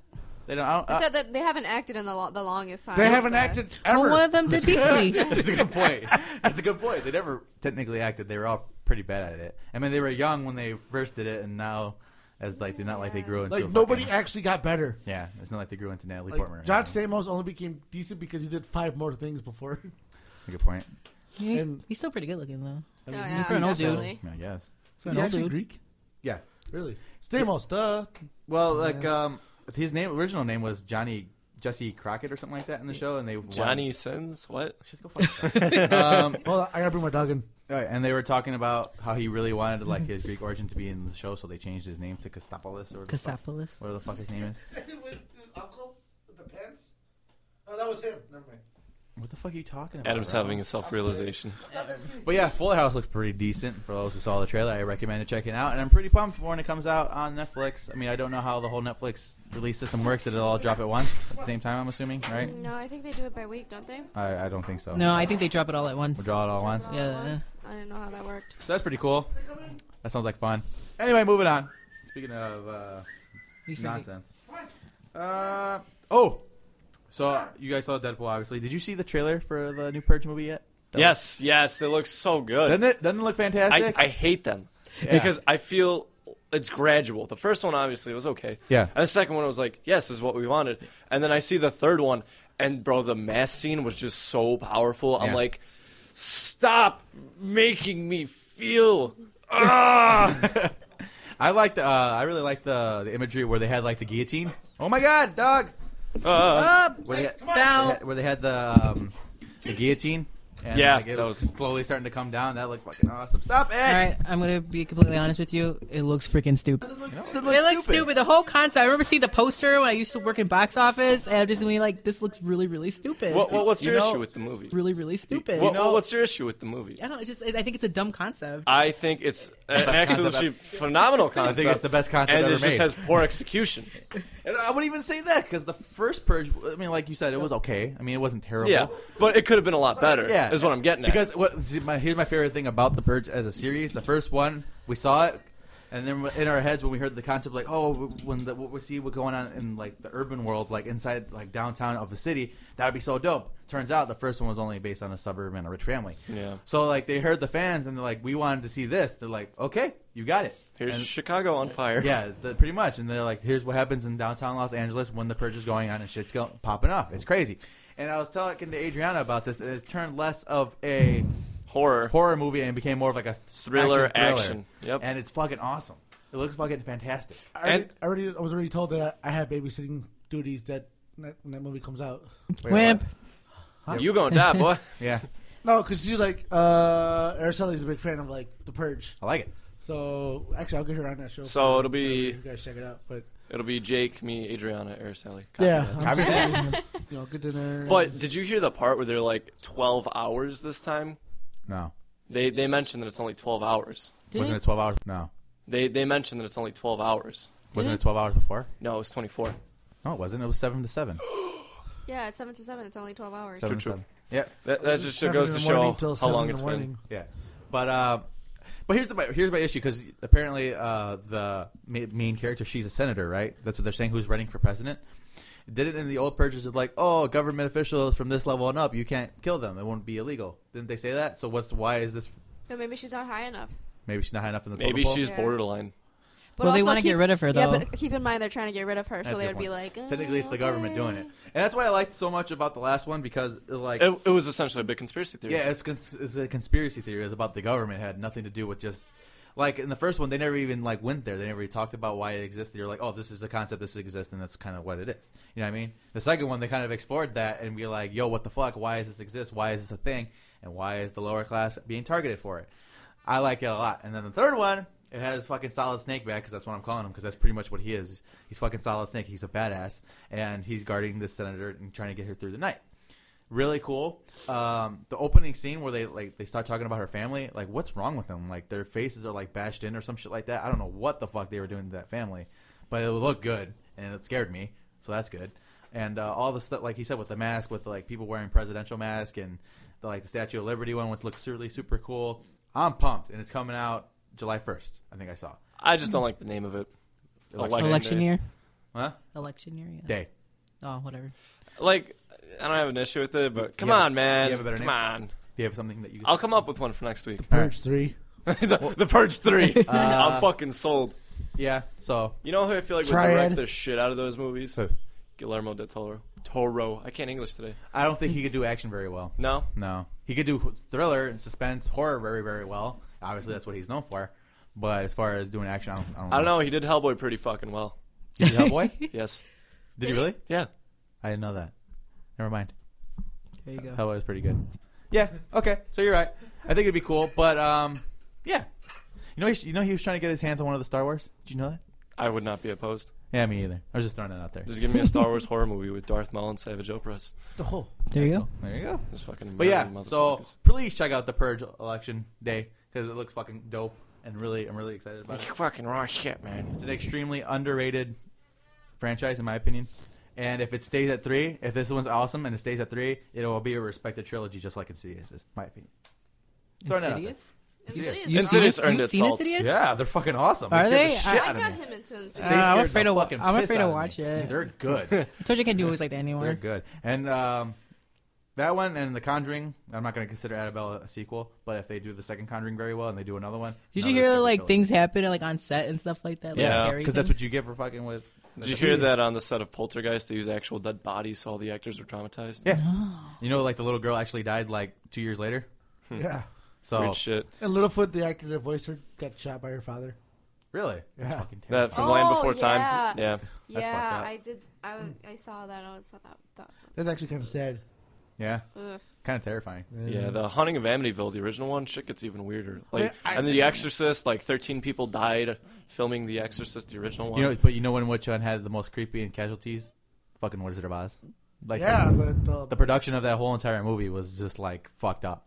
They don't. I don't
They
uh,
said that they haven't acted in the, lo- the longest time.
They haven't
so-
acted ever.
Well, one of them did Beastly.
that's a good point. That's a good point. They never technically acted. They were all pretty bad at it. I mean, they were young when they first did it, and now as like they're not like they grew into a
like nobody
fucking-
actually got better.
Yeah, it's not like they grew into Natalie
Like,
Portman. or
John
anything.
Stamos only became decent because he did five more things before.
Good point.
He's,
And-
he's still pretty good looking though.
Oh,
he's a
yeah,
pretty old dude.
definitely.
I guess.
Is
an
he
old
actually
dude.
Greek?
Yeah.
Really? Stamos, duh.
Well, like
Yes.
um, his name original name was Johnny Jesse Crockett or something like that in the show, and they won-
Johnny sins what?
Just go fuck yourself. um,
Hold on, I gotta bring my dog in.
all right, and they were talking about how he really wanted like his Greek origin to be in the show, so they changed his name to Kostopoulos or
Cassopolis.
whatever the fuck his name is.
His uncle with the pants? Oh, that was him. Never mind.
What the fuck are you talking about?
Adam's
Rob?
having a self realization.
But yeah, Fuller House looks pretty decent. For those who saw the trailer, I recommend it checking out. And I'm pretty pumped for when it comes out on Netflix. I mean, I don't know how the whole Netflix release system works. Did it all drop at once at the same time? I'm assuming, right?
No, I think they do it by week, don't they?
I, I don't think so.
No, I think they drop it all at once.
We draw it all at once.
All at
Yeah.
once? I didn't know how that worked.
So that's pretty cool. That sounds like fun. Anyway, moving on. Speaking of uh,
You should be-
Nonsense. Uh, oh, so you guys saw Deadpool, obviously. Did you see the trailer for the new Purge movie yet? That
yes, yes, it looks so good.
looks- doesn't it? Doesn't it look
I,
fantastic?
I hate them because I feel it's gradual. The first one obviously was okay.
Yeah.
And the second one was like, yes, this is what we wanted. And then I see the third one, and bro, the mass scene was just so powerful. I'm
Yeah.
like, stop making me feel. Ah!
I like the. Uh, I really like the the imagery where they had like the guillotine. Oh my god, dog! Uh,
Ah.
Where they had,
down.
They had- where they had the um, the guillotine. And
Yeah,
like, it
that
was,
was-
slowly starting to come down. That looked fucking awesome. Stop it!
All right, I'm gonna be completely honest with you. It looks freaking stupid.
It looks,
it looks stupid. The whole concept. I remember seeing the poster when I used to work in box office, and I'm just being like, "This looks really, really stupid.
what, what- what's
You
your
know-
issue with the movie?
Really, really stupid."
What-
know-
what's your issue with the movie?
I don't. know, It's just. I think it's a dumb concept.
I think it's an absolutely phenomenal
I
concept.
think it's the best concept
and
ever
it just
made.
has poor execution.
And I wouldn't even say that because the first purge. I mean, like you said, it was okay. I mean, it wasn't terrible.
Yeah, but it could have been a lot better.
Yeah,
is what I'm getting at.
Because what see, my, here's my favorite thing about the Purge as a series. The first one, we saw it, and then in our heads when we heard the concept, like, oh, when the, what we see what's going on in like the urban world, like inside like downtown of a city, that would be so dope. Turns out the first one was only based on a suburb and a rich family.
Yeah.
So like they heard the fans and they're like, we wanted to see this. They're like, okay, you got it.
Here's
And-
Chicago on fire.
yeah, the, pretty much. And they're like, here's what happens in downtown Los Angeles when the purge is going on and shit's go- popping off. It's crazy. And I was talking to Adriana about this, and it turned less of a
Horror.
horror movie and became more of like a
Thriller,
action. thriller.
action. Yep.
And it's fucking awesome. It looks fucking fantastic.
I already,
And-
I already I was already told that I, I have babysitting duties that that- when that movie comes out.
Wait,
Wimp.
what?
You gonna die, boy.
Yeah,
No, because she's like uh, Araceli's a big fan of like The Purge.
I like it.
So actually, I'll get her on that show.
So
for-
it'll be-
for you guys check it out. But
It'll be Jake, me, Adriana, Araceli. Copy
yeah,
that.
I'm
Copy that.
saying, you know, good dinner.
But did you hear the part where they're like 12 hours this time?
No.
They they mentioned that it's only 12 hours.
Didn't
Wasn't it
it?
12 hours? No.
They they mentioned that it's only 12 hours.
Wasn't it 12 hours before?
No, it's 24.
No, it wasn't. It was 7 to 7.
Yeah, it's seven to seven. It's only twelve hours.
Seven to
true.
seven. Yeah.
That, that just
Seven
goes
in
to
the morning
show
till
how
seven in
long
the
it's
morning.
been.
Yeah, but uh, but here's the my- here's my issue because apparently uh, the ma- main character she's a senator, right? That's what they're saying. Who's running for president? Did it in the old purges of like, oh, government officials from this level on up, you can't kill them; it won't be illegal. Didn't they say that? So what's why is this?
No, maybe she's not high enough.
Maybe she's not high enough in the
Maybe
totem pole?
she's
Yeah.
borderline.
But
Well, they
also
wanna get
keep-
rid of her, though.
Yeah, but keep in mind they're trying to get rid of her, so
That's a
they
good
would be
point.
like. uh,
Technically, it's the government doing it, and that's why I liked so much about the last one because like.
It, it was essentially a big conspiracy theory.
Yeah, it's, cons- it's a conspiracy theory. It's about the government. It had nothing to do with just like in the first one. They never even like went there. They never even talked about why it existed. You're like, oh, this is a concept. This exists, and that's kind of what it is. You know what I mean? The second one, they kind of explored that, and we're like, yo, what the fuck? Why does this exist? Why is this a thing? And why is the lower class being targeted for it? I like it a lot. And then the third one, it has fucking Solid Snake back because that's what I'm calling him because that's pretty much what he is. He's fucking Solid Snake. He's a badass, and he's guarding this senator and trying to get her through the night really cool. Um, the opening scene where they like they start talking about her family, like what's wrong with them? Like their faces are like bashed in or some shit like that. I don't know what the fuck they were doing to that family, but it looked good and it scared me, so that's good. And uh, all the stuff, like he said, with the mask, with like people wearing presidential mask and the, like the Statue of Liberty one, which looks really super cool. I'm pumped, and it's coming out July 1st. I think I saw.
I just don't like the name of it. Election,
Election
day.
year.
Huh?
Election year. Yeah.
Day.
Oh, whatever.
Like, I don't have an issue with it, but come
have-
on, man.
you have a better
come
name?
on.
Do you have something that you?
I'll come up with one for next week.
Purge three.
the, the Purge 3.
Uh,
I'm fucking sold.
Yeah. So
You know who I feel like would
Triad.
direct the shit out of those movies?
Who?
Guillermo del Toro. Toro. I can't English today.
I don't think he could do action very well.
No?
No, he could do thriller and suspense, horror very, very well. Obviously, that's what he's known for. But as far as doing action, I don't, I don't,
I don't know. He did Hellboy pretty fucking well.
Did you Hellboy?
Yes.
Did you really?
Yeah.
I didn't know that. Never mind.
There you go.
Hellboy was pretty good. Yeah. Okay. So you're right. I think it'd be cool. But um, yeah. You know, he, you know, he was trying to get his hands on one of the Star Wars. Did you know that?
I would not be opposed.
Yeah, me either. I was just throwing that out there.
Just give me a Star Wars horror movie with Darth Maul and Savage Opress.
Oh,
There you go.
There you go.
This fucking
But yeah,
American
so
motherfuckers.
please check out the Purge election day because it looks fucking dope and really, I'm really excited about it.
You fucking raw shit, man.
It's an extremely underrated franchise, in my opinion. And if it stays at three, if this one's awesome and it stays at three, it will be a respected trilogy, just like Insidious is, my opinion. Throwing that out there.
Insidious.
Insidious.
You've
is
seen
Insidious
it?
awesome.
earned
You've
its
seen
salts.
Insidious?
Yeah, they're fucking awesome.
Are
scared
they?
The shit
I
out of
got
me.
him into Insidious.
They
Uh, I'm
scared
afraid
the
to wa-
fucking
I'm
piss
afraid to
out of me.
watch it.
They're good.
I told you I can't do movies like that
They're
anymore.
good. And um, that one and The Conjuring. I'm not going to consider Annabelle a sequel, but if they do the second Conjuring very well and they do another one,
Did
another
you hear
scary
like
killer.
things happen like on set and stuff like that? Like,
Yeah,
scary
Because that's what
things?
you get for fucking with.
Did you hear that on the set of Poltergeist they used actual dead bodies so all the actors were traumatized?
Yeah. You know, like the little girl actually died like two years later.
Yeah.
So
Weird shit.
And Littlefoot, the actor that voiced her, got shot by her father.
really, That's
Yeah.
fucking terrible.
That from Land
Oh,
Before Time.
yeah.
Yeah.
fucked
yeah,
up.
I did. I, w- I saw that. I was thought that. that
That's actually kind of sad.
yeah,
ugh.
kind of terrifying.
Yeah, the Haunting of Amityville, the original one, shit gets even weirder. Like,
I-
and The Exorcist, like thirteen people died filming The Exorcist, the original one.
You know, but you know when which one had the most creepy and casualties? Fucking Wizard of Oz. Like
Yeah,
the,
the, the,
the production of that whole entire movie was just like fucked up.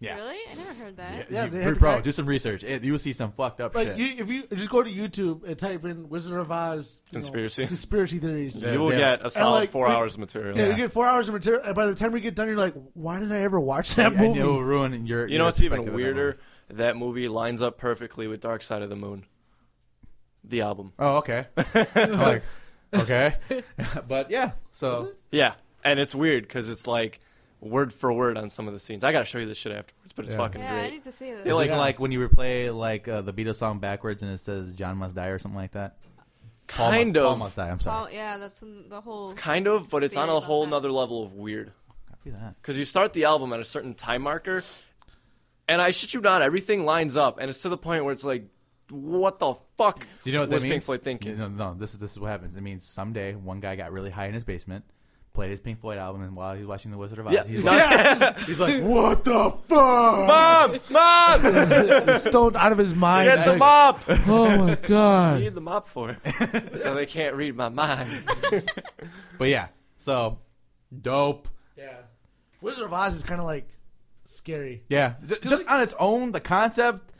Yeah.
Really? I never heard that.
Yeah,
you-
they had the
bro,
guy-
do some research. It, you will see some fucked up
like
shit.
you, if you just go to YouTube and type in Wizard of Oz you know,
Conspiracy.
conspiracy theories.
you will
yeah.
get a solid
like,
four
we-
hours of material.
Yeah, you get four hours of material. And by the time we get done, you're like, why did I ever watch that
I- I
movie?
know it will ruin your.
You know what's even weirder? That movie lines up perfectly with Dark Side of the Moon, the album.
Oh, okay. I'm like, okay, but yeah. So
Yeah, and it's weird because it's like word for word on some of the scenes. I gotta show you this shit afterwards, but it's
Yeah.
fucking
Yeah, I
great.
need to see this.
They,
it's
like-
like like when you replay like uh, the Beatles song backwards and it says "John must die" or something like that. Paul
Kind
must, Paul
of,
must die. I'm
oh
sorry.
yeah, that's in the whole.
kind of, but it's on
Yeah,
a
about
whole
that.
nother level of weird.
Copy that.
because you start the album at a certain time marker, and I shit you not, everything lines up, and it's to the point where it's like, what the fuck
Do you know what
was
that
Pink
means?
Floyd thinking?
No, no, this is this is what happens. It means someday one guy got really high in his basement, played his Pink Floyd album, and while he's watching The Wizard of Oz,
Yeah.
he's
No.
like, he's like, "What the fuck?"
Mom, mom,
He's stoned out of his mind.
get the
Like,
mop. What
oh my
do you
god.
need the mop for? so they can't read my mind.
But yeah, so dope.
Yeah, Wizard of Oz is kind of like scary.
Yeah, J- just on its own, the concept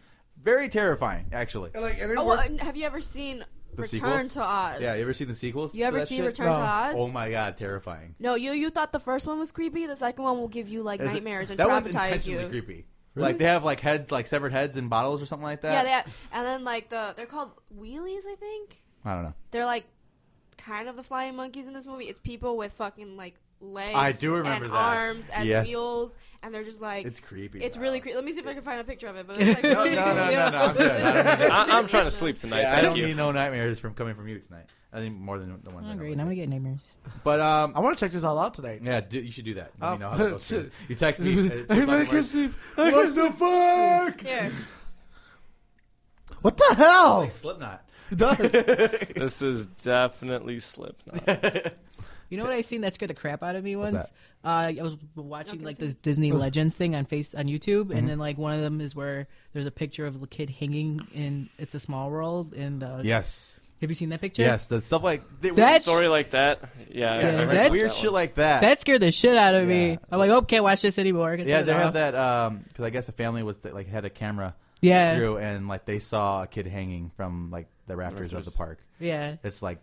very terrifying, actually.
And like, and it
Oh, well,
worked-
and have you ever seen
The
Return
sequels?
to Oz?
Yeah, you ever seen the sequels?
You ever
to that
see
shit?
Return to
No.
Oz?
Oh my god, terrifying!
No, you you thought the first one was creepy. The second one will give you like
Is it-
nightmares and
that one's
traumatize you.
intentionally creepy. Like they have like heads, like severed heads in bottles or something like that.
Yeah, they have, and then like the they're called wheelies. I think
I don't know.
they're like kind of the flying monkeys in this movie. It's people with fucking like legs.
I do remember
and
that.
arms as
Yes.
wheels, and they're just like
It's creepy.
It's
though.
really creepy. Let me see if I can find a picture of it. But it's like
No,
really
no, no,
creepy.
no, no, I'm good. I don't need that.
I, I'm trying to sleep tonight.
Yeah,
Thank
I don't
you.
need no nightmares from coming from you tonight. I think more than the ones.
I'm
I normally
hungry and Oh, I'm gonna
get.
get nightmares.
But um,
I want to check this all out today.
yeah, do, you should do that. Let
Oh,
me know how that goes. for you.
shit.
You text me. uh, it's
I
fucking
can't
worse.
sleep. I can't sleep.
fuck?
Here,
What the hell?
Like Slipknot.
It does.
This is definitely Slipknot.
You know what I seen that scared the crap out of me once?
that?
Uh, I was watching like this Disney Legends thing on face on YouTube,
Mm-hmm.
and then like one of them is where there's a picture of the kid hanging in It's a Small World. And uh,
Yes.
have you seen that picture?
Yes. That's stuff like they-
That's-
Story like that, yeah. I
Yeah,
like,
read
that's-
weird
that
shit
one.
like that.
That scared the shit out of
Yeah.
me. I'm like, oh, can't watch this anymore. I can
yeah,
turn it
they
off.
have that because I guess a family was like had a camera
Yeah.
through and like they saw a kid hanging from like the rafters, of the
Rafters.
park.
Yeah.
It's like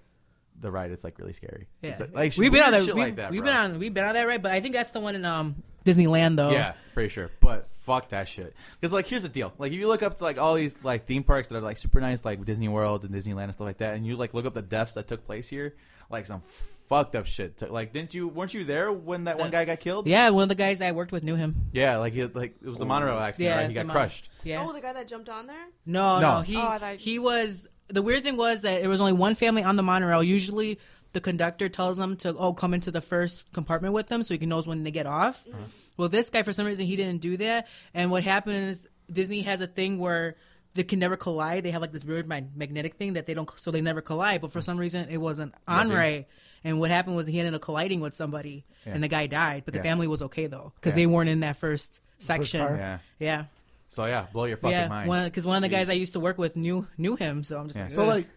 the ride. It's like really scary.
Yeah.
It's, like, like
we've been on
weird
that.
shit
we,
like that.
have
bro.
been on. We've been on that right, but I think that's the one in um Disneyland though.
Yeah, pretty sure. But fuck that shit. Because like, here's the deal. Like, if you look up to, like all these like theme parks that are like super nice, like Disney World and Disneyland and stuff like that, and you like look up the deaths that took place here, like some fucked up shit. took- like, didn't you? Weren't you there when that one guy got killed?
Yeah, one of the guys I worked with knew him.
Yeah, like he like it was the monorail accident.
Yeah,
right? he
the
got
mom.
crushed.
Yeah.
oh, the guy that jumped on there.
No,
No.
no, he
Oh, I thought-
he was the weird thing was that there was only one family on the monorail. Usually, the conductor tells them to oh come into the first compartment with them so he can knows when they get off.
Mm-hmm.
Well, this guy for some reason he didn't do that, and what happened is Disney has a thing where they can never collide. They have like this weird mag- magnetic thing that they don't, so they never collide.
Mm.
But for some reason, it wasn't on
dude.
right. And what happened was he ended up colliding with somebody, and the guy died. But the
Yeah.
family was okay though because
Yeah.
they weren't in that first section.
car.
Yeah.
yeah
So yeah, blow your fucking mind.
one because one of the guys
Jeez.
I used to work with knew knew him, so I'm just
Yeah.
like,
so
ugh.
like,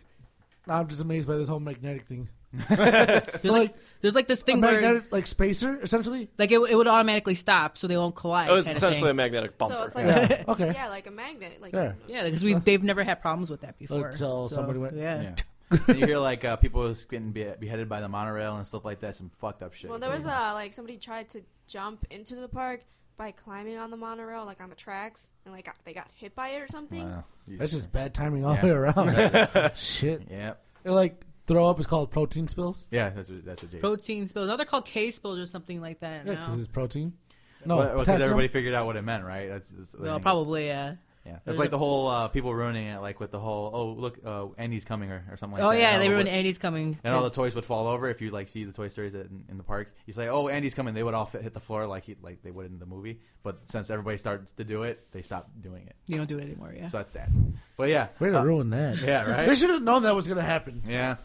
I'm just amazed by this whole magnetic thing.
there's like, there's like this
A
thing where
magnetic like spacer essentially.
like it, it would automatically stop, so they won't collide.
It was
kinda
essentially a
thing.
magnetic bumper.
So it's like
Yeah.
a,
Okay.
yeah, like a magnet. Like
Yeah.
yeah, because we they've never had problems with that before.
Until
so,
somebody went-
yeah.
Yeah. and you hear like uh, people getting be- beheaded by the monorail and stuff like that. Some fucked up shit.
Well, there was a like somebody tried to jump into the park, by climbing on the monorail, like on the tracks, and like got- they got hit by it or something.
Wow.
That's just bad timing all the
Yeah.
way around. Shit.
Yeah.
They're like throw up is called protein spills.
Yeah, that's what, that's what Jake.
Protein spills. Now they're called K spills or something like that.
Yeah,
now.
because it's protein. No,
Well, because
potassium.
everybody figured out what it meant, right? That's, that's I
Well,
think-
probably yeah.
Yeah, it's like the whole uh, people ruining it, like with the whole oh look, uh, Andy's coming or, or something. like
oh
that.
yeah,
And
they
all the-
ruined Andy's coming.
And all the toys would fall over if you like see the Toy Stories in, in the park. You say, "Oh, Andy's coming!" They would all fit, hit the floor like he, like they would in the movie. But since everybody started to do it, they stopped doing it.
you don't do it anymore. Yeah.
So that's sad. But yeah,
Way to
uh,
ruin that.
yeah, right?
They should have known that was gonna happen.
yeah.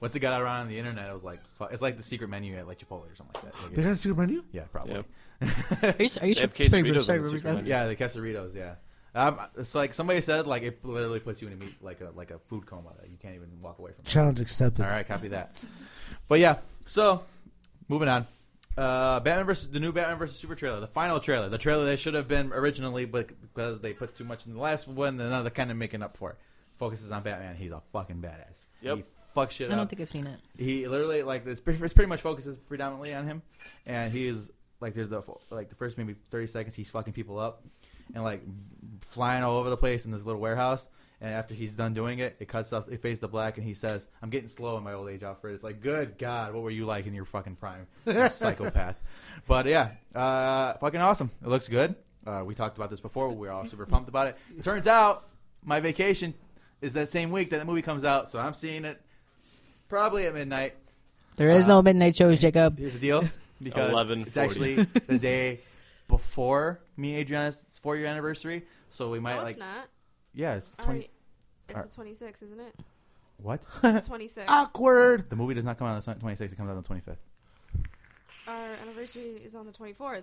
Once it got around on the internet, it was like fu- it's like the secret menu at like Chipotle or something like that. Like,
They didn't see the menu.
yeah, probably.
Yeah.
Are you, are
They
you sure?
have quesadillas
Sorry,
on the
Bruce, sorry,
secret
Bruce,
menu.
Yeah, the quesadillas. Yeah, um, it's like somebody said, like it literally puts you in a meat like a like a food coma. You can't even walk away from it.
Challenge accepted.
All right, copy that. But yeah, so moving on. Uh, Batman versus the new Batman versus Super trailer, the final trailer, the trailer that should have been originally, but because they put too much in the last one, then now they're kind of making up for it. Focuses on Batman. He's a fucking badass.
Yep.
He fucks shit
I
up
don't think I've seen it.
he literally like it's pretty, it's pretty much focuses predominantly on him, and he is like there's the like the first maybe thirty seconds he's fucking people up, and like flying all over the place in this little warehouse. And after he's done doing it, it cuts off, it fades to black, and he says, "I'm getting slow in my old age, Alfred." It's like, good God, what were you like in your fucking prime, you psychopath? But yeah, uh, fucking awesome. It looks good. Uh, we talked about this before. We were all super pumped about it. Turns out, my vacation is that same week that the movie comes out, so I'm seeing it probably at midnight.
There is no midnight shows, Jacob.
Here's the deal. Because
11:40.
it's actually the day before me and Adriana's four year anniversary. So we might
no,
like
it's not.
Yeah, it's
All
twenty
right. It's
all
the 26, isn't it?
what?
It's 26.
Ah. Awkward.
The movie does not come out on the twenty sixth, it comes out on the twenty fifth.
Our anniversary is on the 24th.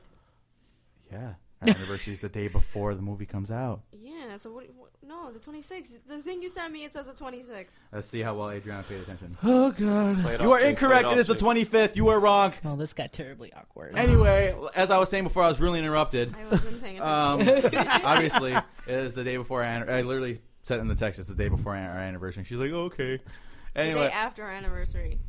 Yeah. Our anniversary is the day before the movie comes out.
Yeah, so what, what? No, the 26th. The thing you sent me, it says the 26th.
Let's see how well Adriana paid attention.
Oh god.
Play it
You
off,
are
Jake, play
incorrect.
off,
It is the
Jake.
25th. You are wrong.
Well, Oh, this got terribly awkward.
Anyway, as I was saying before, I was really interrupted.
I wasn't paying
Um,
attention.
obviously, it is the day before. Our, I literally said in the text, it's the day before our anniversary. She's like, okay.
The
Anyway,
day after our anniversary.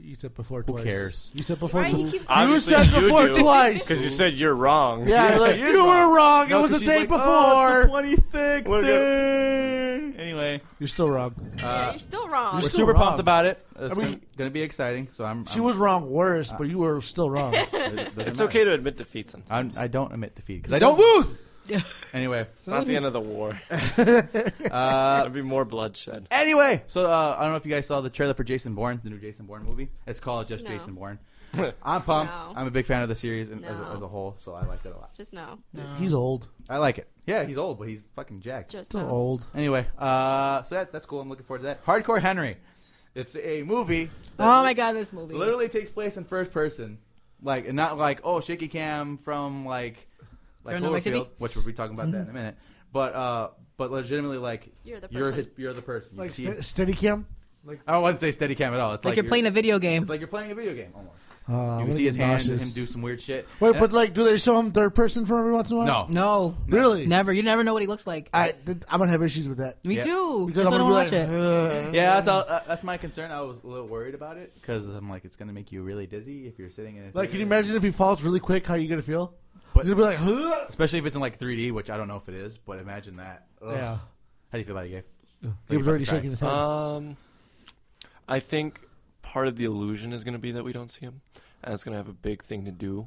You said before
Who
twice.
cares?
You said before
Right?
twice.
You keep,
You
Obviously,
said
you
before
do.
twice.
Because you said you're wrong.
Yeah, like,
is
you
wrong.
were wrong.
No,
it was
'cause
the
she's
day
like,
before.
Oh, it's the 26th.
Look at-
day." Anyway,
You're still wrong.
yeah, you're still wrong.
uh, we're
still
super
wrong.
pumped about it. It's
I mean-
gonna, gonna be exciting. So I'm.
She
I'm,
was wrong worse, but you were still wrong.
Uh-huh.
It's okay to admit defeat sometimes.
I'm, I don't admit defeat because I don't lose. anyway, uh,
It's not the end of the war. There'll be more bloodshed.
anyway. So uh, I don't know if you guys saw the trailer for Jason Bourne, the new Jason Bourne movie. It's called just
No.
Jason Bourne. I'm pumped.
No.
I'm a big fan of the series and as, a,
No.
as a whole, so I liked it a lot.
Just no.
He's old.
I like it. Yeah, he's old, but he's fucking jacked.
Just
Still
no.
old.
Anyway, uh, so that, that's cool. I'm looking forward to that. Hardcore Henry. It's a movie. that
Oh my god, this movie.
Literally takes place in first person, like and not like oh shaky cam from like like
Paranormal Activity?
Cloverfield, which we'll be talking about that in a minute. But uh, but legitimately like
You're the
you're
person.
his, you're the person. You
Like
see-
st- steady cam.
I wouldn't say steady cam at all. It's
like, you're playing a video game.
it's like you're playing a video game almost.
Uh,
you can see his hands and him do some weird shit.
Wait,
And-
but like, do they show him third person for every once in a while?
no,
no,
Really?
never. You never know what he looks like.
I, th- I'm gonna have issues with that.
Me
Yeah.
too.
Because
That's
I'm
why I
gonna
don't
be
watch
like,
it.
"Ugh."
Yeah, that's, all, uh, that's my concern. I was a little worried about it because I'm like, it's gonna make you really dizzy if you're sitting in. A
Like, can you
theater.
imagine if he falls really quick? How you gonna feel?
But-
You'll be like, "Huh?"
Especially if it's in like 3D, which I don't know if it is, but imagine that. Ugh.
yeah.
How do you feel about it, Gabe?
He was
about
already
to cry.
shaking his head.
Um, I think part of the illusion is going to be that we don't see him, and it's going to have a big thing to do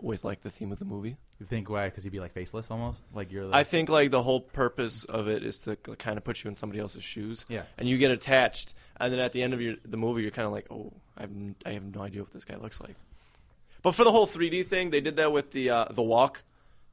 with like the theme of the movie.
You think why? Because he'd be like faceless almost. Like you're. The,
I think like the whole purpose of it is to kind of put you in somebody else's shoes.
Yeah.
And you get attached, and then at the end of your, the movie, you're kind of like, oh, I have, n- I have no idea what this guy looks like. But for the whole 3D thing, they did that with the uh, the walk,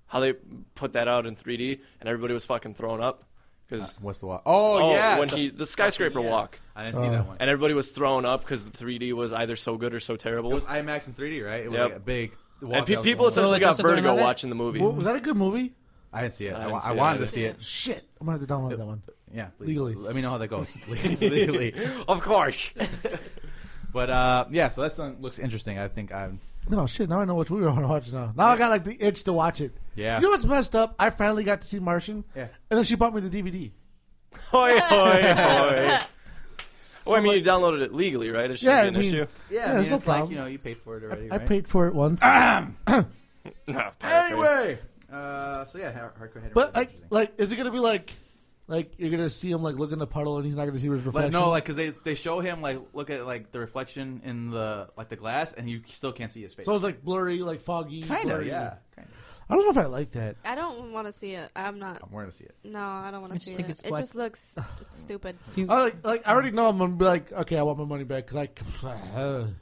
how they put that out in 3D, and everybody was fucking thrown up because
What's the walk? Oh, yeah,
when
the-
he the skyscraper
yeah.
walk.
I didn't see
Oh.
that one.
and everybody was thrown up because the 3D was either so good or so terrible.
It was IMAX and 3D, right? It was
Yep.
like a big. walk
and pe-
that
people
was going on.
essentially
Oh,
got
that's a good
vertigo
amount.
watching the movie.
Wa- was that a good movie?
I didn't see it.
I
I,
didn't
wa-
see
I
it
wanted
either.
to see it.
Shit, I'm gonna have to download that one.
Yeah, please.
Legally.
Let me know how that goes legally.
Of course,
But uh, yeah, so that song looks interesting. I think I'm.
No shit. Now I know what we were gonna watch. Now, now I got like the itch to watch it.
Yeah.
You know what's messed up? I finally got to see Martian.
Yeah.
And then she bought me the DVD.
hoi hoi hoi. Well, I mean, you downloaded it legally, right? It shouldn't
Yeah,
be an
I mean-
issue.
Yeah,
there's no
it's
problem.
Like, you know, you paid for it already.
I
right?
paid for it once.
Anyway, uh, so yeah, hard- hardcore head.
But like, like, is it gonna be like, like you're gonna see him like look in the puddle and he's not gonna see his
Like,
reflection?
no, like because they they show him like look at like the reflection in the like the glass, and you still can't see his face.
so it's like blurry, like foggy.
kind of,
blurry.
yeah. Kind of.
I don't know if I like that.
I don't want to see it. I'm not.
I'm going to see it.
No, I don't want
I
to
just
see
think
it.
it's
It
black.
just looks stupid.
I like, like I already know I'm gonna be like, okay, I want my money back because I.
I'm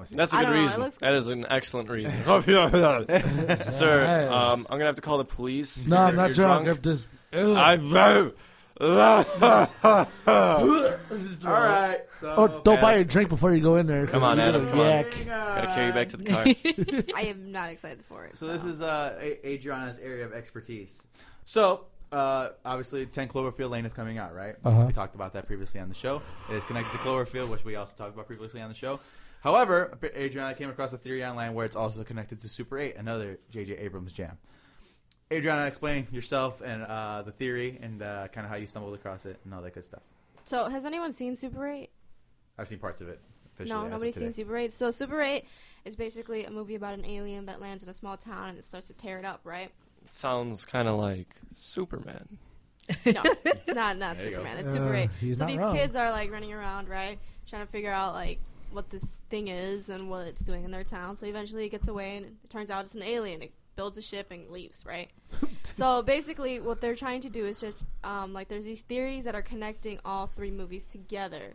gonna see
That's a
I
good
don't know, it
reason.
looks-
That is an excellent reason. Sir, um, I'm gonna have to call the police.
no, I'm not
You're
drunk. I'm just. Ugh.
I
it. All right. So,
oh, don't buy a drink before you go in there. 'cause
Come on,
you're
Adam,
gonna
come on.
yak.
gotta carry you back to the car.
I am not excited for it.
So this is uh, a- Adriana's area of expertise. So uh, obviously, Ten Cloverfield Lane is coming out, right?
Uh-huh.
We talked about that previously on the show. It is connected to Cloverfield, which we also talked about previously on the show. However, Adriana came across a theory online where it's also connected to Super 8, another J.J. Abrams jam. Adriana, explain yourself and uh, the theory and uh, kind of how you stumbled across it and all that good stuff.
So has anyone seen Super 8?
I've seen parts of it. Officially, as
No,
of
nobody's seen
today.
Super 8. So Super 8 is basically a movie about an alien that lands in a small town and it starts to tear it up, right?
Sounds kind of like Superman.
No, it's not not
There you go.
Superman. It's
Uh,
Super 8.
he's
so
not
these
wrong.
kids are like running around, right, trying to figure out like what this thing is and what it's doing in their town. So eventually it gets away and it turns out it's an alien. It builds a ship and leaves, right? so basically, what they're trying to do is just um, like there's these theories that are connecting all three movies together.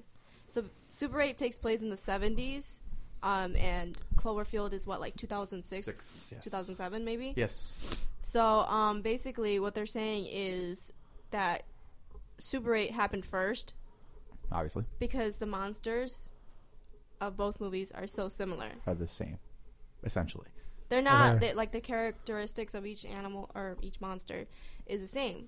So Super 8 takes place in the 70s. Um, and Cloverfield is what, like 2006,
Six, yes.
2007, maybe?
Yes.
So um, basically, what they're saying is that Super 8 happened first
Obviously.
because the monsters of both movies are so similar.
Are the same, essentially.
They're not
Okay.
they, like the characteristics of each animal or each monster is the same.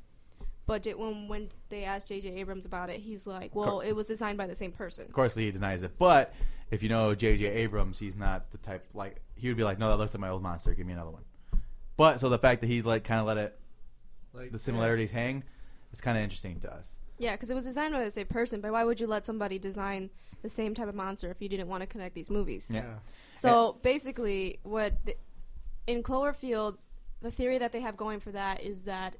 But it, when when they asked J.J. Abrams about it, he's like, "Well, it was designed by the same person."
Of course, he denies it. But if you know J.J. Abrams, he's not the type like he would be like, no, that looks like my old monster. Give me another one. But so the fact that he like kind of let it
Like,
the similarities hang, it's kind of interesting to us.
Yeah, because it was designed by the same person. But why would you let somebody design the same type of monster if you didn't want to connect these movies?
Yeah.
So basically, what the, in Cloverfield, the theory that they have going for that is that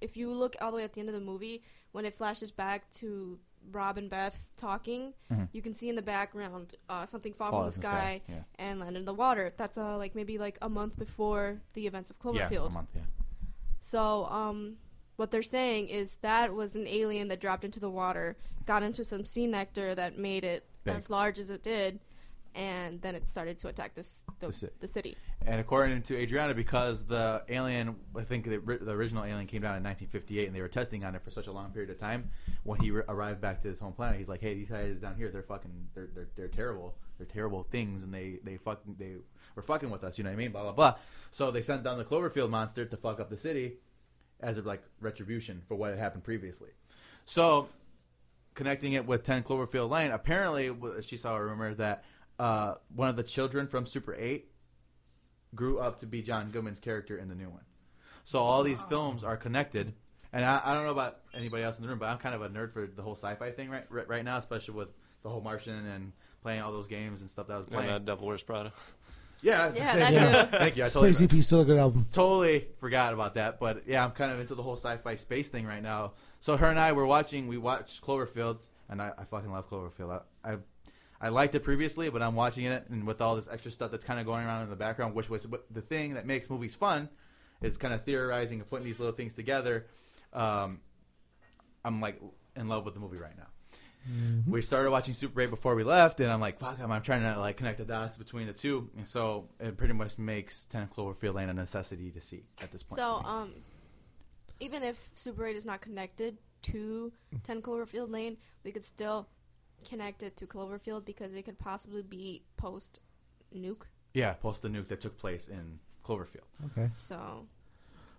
if you look all the way at the end of the movie, when it flashes back to Rob and Beth talking, you can see in the background uh, something fall
Fall
from the sky,
yeah.
and land in the water. That's uh, like maybe like a month before the events of
Yeah,
Cloverfield.
a month, yeah.
So, um, what they're saying is that was an alien that dropped into the water, got into some sea nectar that made it
Big.
as large as it did, and then it started to attack this the,
The
the,
ci-
city.
And according to Adriana, because the alien, I think the, ri- the original alien came down in 1958, and they were testing on it for such a long period of time. When he re- arrived back to his home planet, he's like, "Hey, these guys down here, they're fucking, they're they're, they're terrible. They're terrible things, and they they fuck, they were fucking with us. You know what I mean? Blah blah blah." So they sent down the Cloverfield monster to fuck up the city, as a like retribution for what had happened previously. So connecting it with 10 Cloverfield Lane, apparently w- she saw a rumor that uh, one of the children from Super 8 grew up to be John Goodman's character in the new one. So all these films are connected. And I, I don't know about anybody else in the room, but I'm kind of a nerd for the whole sci-fi thing right right, right now, especially with the whole Martian and playing all those games and stuff that I was
And
playing.
uh, Devil Wears Prada.
yeah,
Yeah,
thank
that
you. Thank you. I totally
Space EP still a good album.
totally forgot about that. But yeah, I'm kind of into the whole sci-fi space thing right now. So her and I were watching. We watched Cloverfield, and I, I fucking love Cloverfield. I, I I liked it previously, but I'm watching it, and with all this extra stuff that's kind of going around in the background, which was what- the thing that makes movies fun, is kind of theorizing and putting these little things together. Um, I'm like in love with the movie right now. We started watching Super 8 before we left, and I'm like, fuck, I'm, I'm trying to like connect the dots between the two, and so it pretty much makes 10 Cloverfield Lane a necessity to see at this point.
So, um, even if Super 8 is not connected to 10 Cloverfield Lane, we could still connect it to Cloverfield because it could possibly be post nuke.
yeah, post the nuke that took place in Cloverfield.
Okay.
So,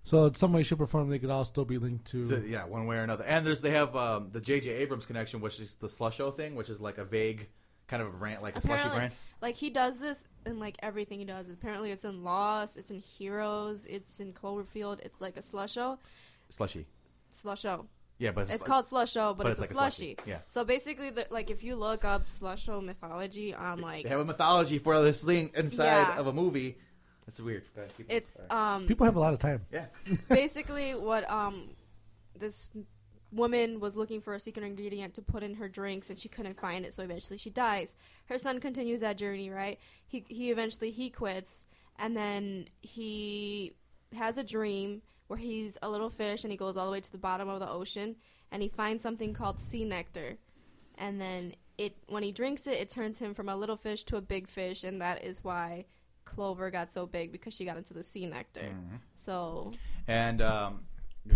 So in some way, should perform. They could all still be linked to.
So, yeah, one way or another. And there's they have um, the J.J. Abrams connection, which is the Slusho thing, which is like a vague kind of a rant, like a slushy
apparently,
brand.
like he does this in like everything he does. Apparently, it's in Lost, it's in Heroes, it's in Cloverfield. It's like a slusho,
Slushy.
slusho.
Yeah, but it's,
It's,
like-
called slusho, but,
but
it's,
it's
a
like a
slushy.
slushie, yeah.
So basically, the, like if you look up slusho mythology on like
They have a mythology for this thing inside
Yeah.
of a movie. It's weird. Go ahead, keep going.
It's
Sorry.
um
People have a lot of time.
yeah.
basically what um this woman was looking for a secret ingredient to put in her drinks and she couldn't find it so eventually she dies her son continues that journey right he he eventually he quits and then he has a dream where he's a little fish and he goes all the way to the bottom of the ocean and he finds something called sea nectar and then it when he drinks it it turns him from a little fish to a big fish and that is why clover got so big because she got into the sea nectar so
And um,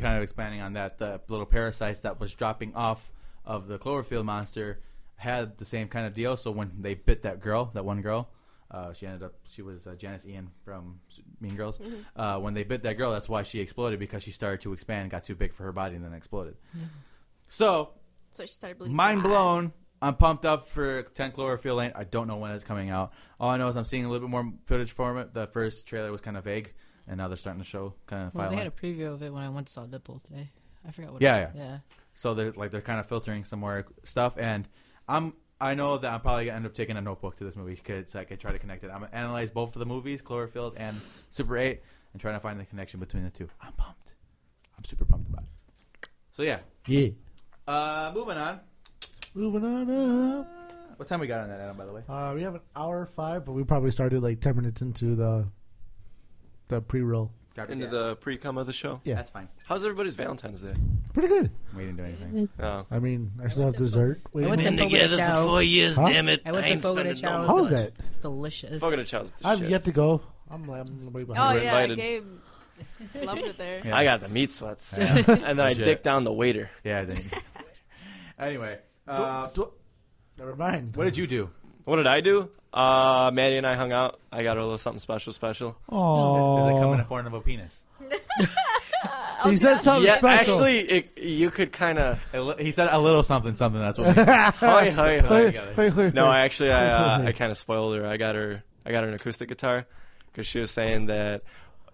kind of expanding on that, the little parasites that was dropping off of the Cloverfield monster had the same kind of deal. So when they bit that girl, that one girl, uh, she ended up she was uh, Janice Ian from S- Mean Girls. Uh, when they bit that girl, that's why she exploded because she started to expand, got too big for her body, and then exploded. So
So she started bleeding.
mind
from her eyes.
blown. I'm pumped up for 10 Cloverfield Lane. I don't know when it's coming out. All I know is I'm seeing a little bit more footage from it. The first trailer was kind of vague, and now they're starting to show kind of.
Well, they
file
had a preview of it when I went to saw Deadpool today. I forgot what.
Yeah,
it was. yeah.
so they're like they're kind of filtering some more stuff and i'm i know that i'm probably gonna end up taking a notebook to this movie because so i can try to connect it i'm gonna analyze both of the movies cloverfield and super 8 and trying to find the connection between the two i'm pumped i'm super pumped about it so yeah
Yeah.
uh moving on
Moving on up.
what time we got on that adam by the way
Uh, we have an hour five, but we probably started like ten minutes into the the pre-roll.
Into the pre cum of the show.
Yeah.
that's fine
How's everybody's Valentine's Day?
Pretty good.
we didn't do anything
Oh.
I mean, I still have dessert. Wait
I
a
went to
minute.
Fogo de Chao.
years,
Huh? damn
it.
I went to Fogo de Chao.
How was that?
It's delicious.
Fogo de Chao's the
I've
shit.
yet to go. I'm, I'm way
Oh
behind.
were
yeah,
invited.
Gabe loved it there.
Yeah.
I got the meat sweats.
Yeah.
and then I
Legit.
dick down the waiter.
yeah I didn't. anyway uh,
Do- do-
Oh,
never mind.
what did you do
What did I do? Uh, Maddie and I hung out. I got her a little something special, special.
Oh,
does it come in the form of a penis
Oh,
Oh,
he said something
yeah,
Oh, special.
actually, it, you could kind of.
A li- he said a little something something that's what we-
hi, hi, hi.
actually,
No, I actually I, uh, I kind of spoiled her. I got her I got her an acoustic guitar because she was saying that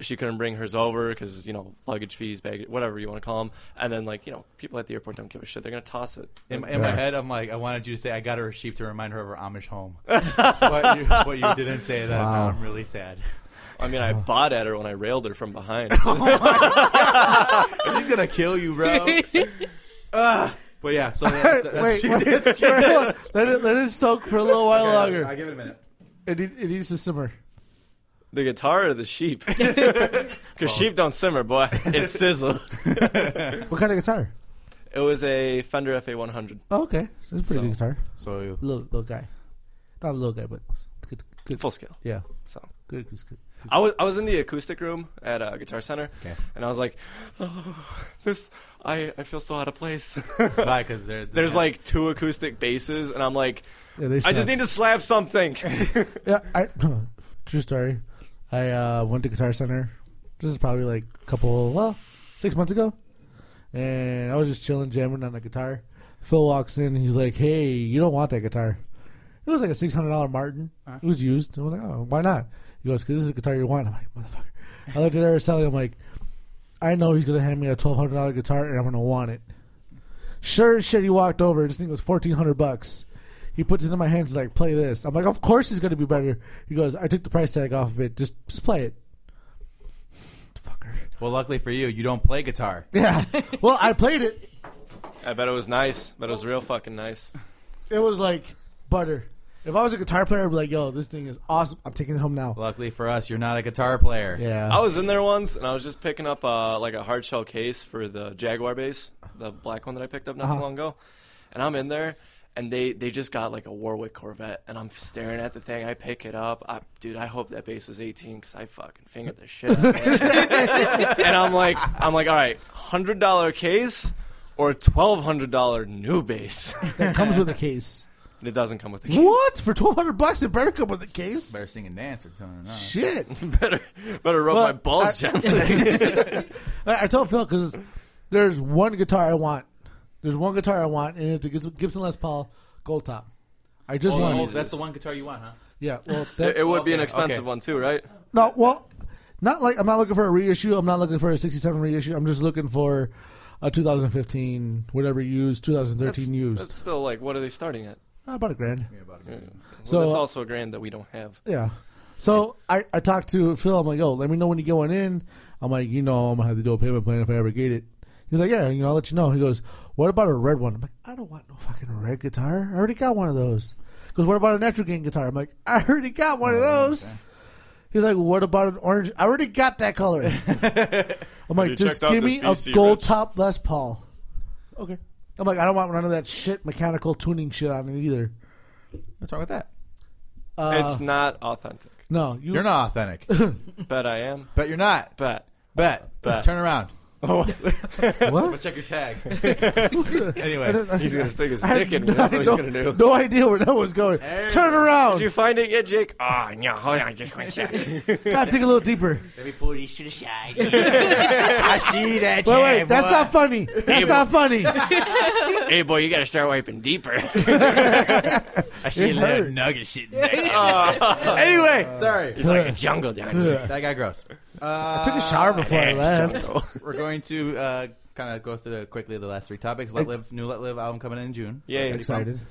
she couldn't bring hers over because you know luggage fees, bag, whatever you want to call them. And then like you know people at the airport don't give a shit. They're gonna toss it.
In, in my head, I'm like, I wanted you to say, I got her a sheep to remind her of her Amish home. but, you, but you didn't say that.
Wow.
I'm really sad.
I mean, I bought at her when I railed her from behind.
She's going to kill you, bro. Ugh. but yeah, so yeah, that's- that's-
Wait,
she-
wait,
that's- she-
let, it, let it soak for a little while
Okay,
longer.
I'll give it a minute.
It, need- it needs to simmer.
the guitar or the sheep? Because sheep don't simmer, boy. It sizzle.
What kind of guitar?
it was a Fender FA100,
Oh, okay, so it's a pretty good
So-
guitar.
So
Little little guy, not a little guy, but good. good.
full scale.
Yeah,
So
good. good, good.
I was I was in the acoustic room at uh, Guitar Center,
Okay.
and I was like, oh, this I I feel so out of place.
why? Because they're,
There's like two acoustic basses, and I'm like,
Yeah, they
I just
suck.
need to slap something.
Yeah, I true story. I uh, went to Guitar Center. This is probably like a couple, well, six months ago, and I was just chilling, jamming on a guitar. Phil walks in. He's like, "Hey, you don't want that guitar." It was like a six hundred dollar Martin. It was used. I was like, "Oh, why not?" He goes, "Cause this is the guitar you want." I'm like, "Motherfucker!" I looked at Araceli. I'm like, "I know he's gonna hand me a twelve hundred dollar guitar, and I'm gonna want it." Sure as shit, he walked over. This thing was fourteen hundred bucks. He puts it in my hands, like, play this. I'm like, of course it's going to be better. He goes, I took the price tag off of it. Just, just play it. Fucker.
Well, luckily for you, you don't play guitar.
Yeah. well, I played it.
I bet it was nice. Bet it was real fucking nice.
It was like butter. If I was a guitar player, I'd be like, yo, this thing is awesome. I'm taking it home now.
Luckily for us, you're not a guitar player.
Yeah.
I was in there once, and I was just picking up uh, like a hard shell case for the Jaguar bass, the black one that I picked up not
Uh-huh.
too long ago. And I'm in there, and they they just got like a Warwick Corvette, and I'm staring at the thing. I pick it up, I, dude. I hope that bass was 18 because I fucking fingered the shit. Out of it. and I'm like, I'm like, all right, hundred dollar case or twelve hundred dollar new bass.
That comes with a case.
it doesn't come with the case.
What? For 1200 bucks, it better come with a case?
Better sing and dance or turn it on.
Shit.
better better rub
Well,
my balls
I-
gently.
I, I told Phil because there's one guitar I want. There's one guitar I want, and it's a Gibson Gibson Les Paul Gold Top. I just
Oh,
want
oh,
it.
that's the one guitar you want, huh?
Yeah. Well, that,
it, it would be an
Okay,
expensive
okay.
one too, right?
No, well, not like I'm not looking for a reissue. I'm not looking for a '67 reissue. I'm just looking for a 2015, whatever used, 2013
That's-
used.
That's still like, what are they starting at?
Uh, about a grand.
Yeah, about it.
Well,
So
that's
uh,
also a grand that we don't have.
yeah, So I, I talked to Phil. I'm like, oh, let me know when you're going in. I'm like, you know, I'm gonna have to do a payment plan if I ever get it. He's like, yeah, you know, I'll let you know. He goes, what about a red one? I'm like, I don't want no fucking red guitar. I already got one of those. He goes, what about a natural gain guitar? I'm like, I already got one of those. He's like, what about an orange? I already got that color. I'm
you
like, just
checked out
give
this
me
BC
a gold
Rich?"
top Les Paul. Okay. I'm like, I don't want none of that shit mechanical tuning shit on it either.
What's wrong with that?
Uh,
It's not authentic.
no, you,
You're not authentic.
Bet I am.
Bet you're not.
Bet.
Bet.
Bet.
Turn around.
Oh,
But
What?
check your tag.
I
anyway.
don't- I-
he's gonna stick his
I had
dick in me.
no-
That's what he's
no-
gonna do.
No idea where that was going. Turn around.
Did you find it yet, Jake? Ah, no. Hold on, just one second.
God, dig a little deeper.
Let me pull these to the side. I see that.
Wait, wait, that's not funny. That's not funny.
Hey, boy, you gotta start wiping deeper.
I see
It a little hurt.
nugget sitting anyway, sorry.
It's like a jungle down here.
That got gross. Uh,
I took a shower before I left.
We're going to uh, kind of go through the, quickly the last three topics. Let Live, new Let Live album coming in June.
Yay.
Excited.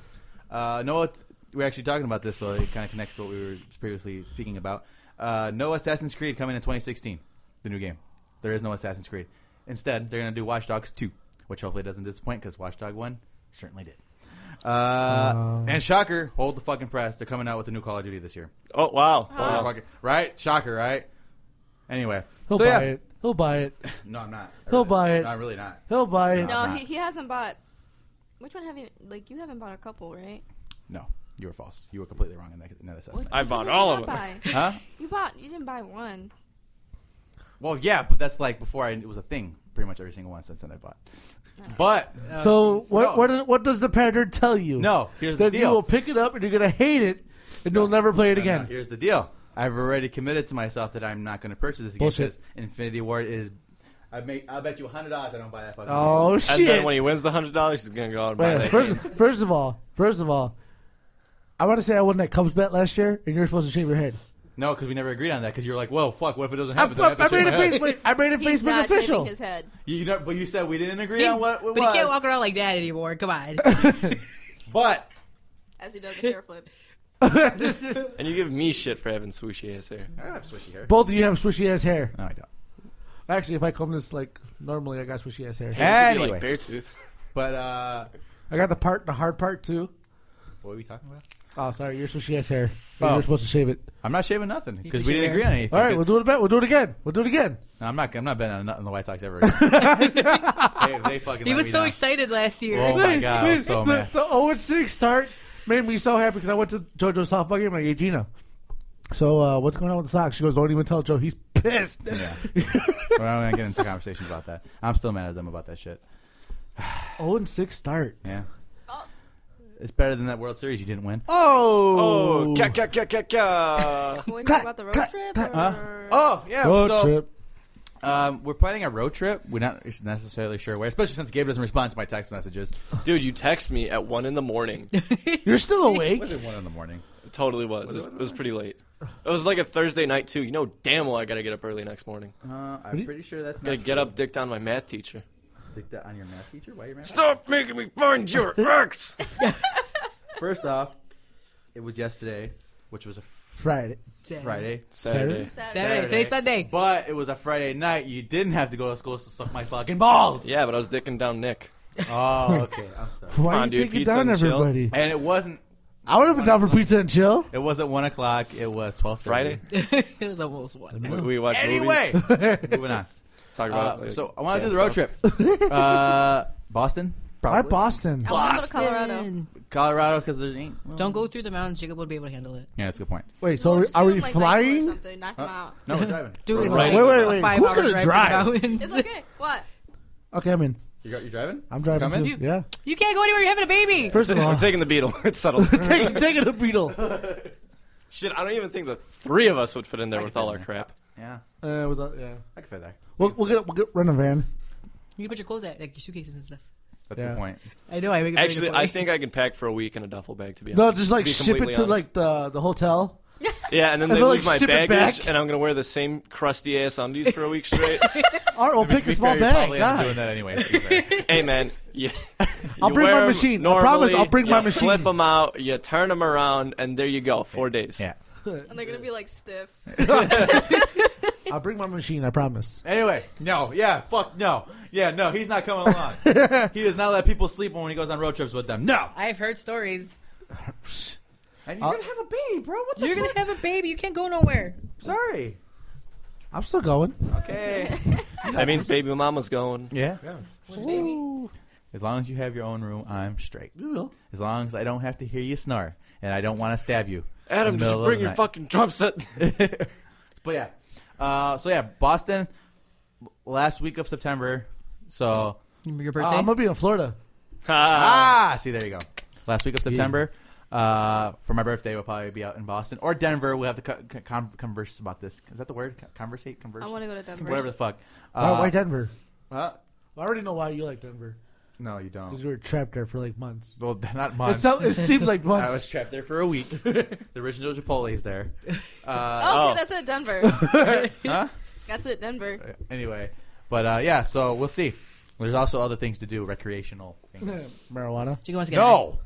Uh, Noah, we were actually talking about this, so it kind of connects to what we were previously speaking about. Uh, no Assassin's Creed coming in 2016, the new game. There is no Assassin's Creed. Instead, they're going to do Watch Dogs 2, which hopefully doesn't disappoint because Watch Dog 1 certainly did. Uh, and shocker, hold the fucking press. They're coming out with a new Call of Duty this year.
Oh, wow.
Hold the
Wow.
fucking- right? Shocker, right? Anyway.
He'll
so,
buy
yeah.
it. He'll buy it.
No, I'm not. I
He'll
really-
buy it.
No, I'm really not.
He'll buy it.
No,
not.
he, he hasn't bought. Which one have you? Like you haven't bought a couple, right?
No, you were false. You were completely wrong in that, in that assessment.
I
Which
bought
one did
all
you
of them.
not buy?
huh?
You bought. You didn't buy one.
Well, yeah, but that's like before I, it was a thing. Pretty much every single one since then I bought.
Oh.
But
So
no.
what? What, is, what does the pattern tell you?
No, here's the
that you
deal.
will pick it up and you're gonna hate it, and you'll never play it
no, no,
again.
here's the deal. I've already committed to myself that I'm not going to purchase this game
Bullshit.
because Infinity Ward is. I make. I bet you hundred dollars I don't buy that fucking. game.
Oh
And
shit!
then when he wins the hundred dollars, he's gonna go out and buy
Wait,
that.
first,
game.
first of all, first of all, I want to say I won that Cubs bet last year, and you're supposed to shave your head.
no, because we never agreed on that. Because you're like, well, fuck. What if it doesn't
I,
happen? Then
I,
have to shave
made it.
my head.
Facebook, I made it
He's
Facebook
not shaving
official.
his head.
You, you know, but you said we didn't agree
He-
on what.
but
what
he can't
was.
walk around like that anymore. Come on.
But
As he does a hair flip.
And you give me shit for having swooshy ass hair.
I don't have swishy hair.
Both of you have swishy ass hair.
No, I don't.
Actually, if I comb this like normally, I got swishy ass hair.
And you give me,
Anyway.
like bear tooth.
But uh,
I got the part, the hard part too.
what are we talking about?
Oh, sorry, your swishy ass hair.
Oh.
You're supposed to shave it.
I'm not shaving nothing because
can
we didn't
shave your
agree on anything.
All right, we'll do it. About, we'll do it again. We'll do it again.
No, I'm not. I'm not betting on nothing the White Sox ever. Again. they, they fucking.
he
let
was
me
so
down.
excited last year.
Whoa. Oh my God, I was so
the,
mad.
the 0 6 start made me so happy because I went to JoJo's softball game. I'm like, hey, Gina, so uh, what's going on with the Sox? She goes, don't even tell Joe. He's pissed.
Yeah. We're not gonna get into conversations about that. I'm still mad at them about that shit.
0 6 oh start.
Yeah. It's better than that World Series you didn't win.
Oh.
Oh, ka ka ka ka ka.
What
Cut,
about the road
cut,
trip?
cut.
or-
Oh yeah.
Road
so,
trip.
Um, we're planning a road trip. We're not necessarily sure where, especially since Gabe doesn't respond to my text messages.
Dude, you text me at one in the morning.
You're still awake.
Was it one in the morning?
It totally was. It was, it was pretty late. It was like a Thursday night too. You know damn well I gotta get up early next morning.
Uh, I'm pretty sure that's
Gotta get up, dick down my math teacher.
Stick that on your math teacher. Why your math?
Stop making me find your ex.
First off, it was yesterday, which was a
Friday.
Saturday.
Friday.
Saturday.
Saturday.
Saturday. Today's Sunday.
But it was a Friday night. You didn't have to go to school, so suck my fucking balls.
Yeah, but I was dicking down Nick.
Oh, okay. I'm sorry.
Why
Come
are
on,
you
dude,
taking
pizza
down
and chill.
everybody?
And it wasn't.
I would have been down for pizza and chill.
It wasn't one o'clock. It was twelve
Friday.
it was almost one.
We, we watched
Anyway,
movies.
moving on.
Talk about.
Uh,
like,
so I want to
dad
do the road
stuff.
trip. Uh, Boston,
Why
probably
Boston?
I want to go to Colorado.
Colorado, because there ain't. well-
Don't go through the mountains. Jacob would be able to handle it.
Yeah, that's a good point.
Wait, so are we,
Just
are
do
we
them, like, Vancouver or
flying?
something, knock 'em out.
No, we're driving.
Dude, it's
Right.
like
Wait, wait,
a
wait.
five
Who's
hour
gonna
drive to
drive?
the mountains.
It's okay. What?
Okay, I'm in.
You got you driving?
I'm driving
Coming?
too. Yeah.
You can't go anywhere. You're having a baby.
First of all,
I'm taking the Beetle. It's settled.
taking taking a beetle uh,
Shit, I don't even think the three of us would fit in there with all our crap.
Yeah,
without, Uh, yeah.
I can fit there.
We'll, we'll get we'll get rent a van.
You can put your clothes at, like your suitcases and stuff.
That's a
Yeah.
good point.
I know. I make a very good
Actually,
point.
I think I can pack for a week in a duffel bag. To be honest,
No, just like
To be
ship it
completely
to
honest.
like the the hotel.
yeah, and then they
they'll,
lose
like,
my
ship it
baggage,
back.
and I'm gonna wear the same crusty ass undies for a week straight.
Or we'll pick a small
You're
bag.
Probably end up
God.
doing that anyway. to be fair.
hey man, yeah,
I'll
You
bring my
wear 'em
machine. I promise I'll bring
you
my machine.
Flip them out, you turn them around, and there you go. Four days.
yeah.
and they're gonna be like stiff.
I'll bring my machine. I promise.
Anyway, no, yeah, fuck no, yeah, no, he's not coming along. he does not let people sleep when he goes on road trips with them. No,
I've heard stories.
and you're gonna have a baby, bro. What the?
You're gonna have a baby. You can't go nowhere.
Sorry.
I'm still going.
Okay.
That means baby mama's going.
yeah.
Baby.
As long as you have your own room, I'm straight.
You will.
As long as I don't have to hear you snore and I don't want to stab you.
Adam,
in the
just
middle of
bring
the
your
night.
fucking drum set.
but yeah, uh, so yeah, Boston last week of September. So
Remember your
Uh,
birthday?
I'm gonna be in Florida.
Ah.
ah, see there you go. Last week of September. Uh, for my birthday, we'll probably be out in Boston or Denver. We'll have to co- co- con- converse about this. Is that the word? Con- Conversate, converse,
I want to go to Denver.
whatever the fuck.
Why,
Uh,
why Denver?
huh?
I already know why you like Denver
No, you
because
don't.
you were trapped there for like months.
Well, not
It,
months.
sound, it seemed like
I
months.
was trapped there for a week. the original Chipotle's there. Uh,
Oh,
Oh.
okay, that's at Denver.
huh?
that's at Denver.
Anyway, but uh, yeah, so we'll see. There's also other things to do, recreational things.
Marijuana.
She wants to get married.
no,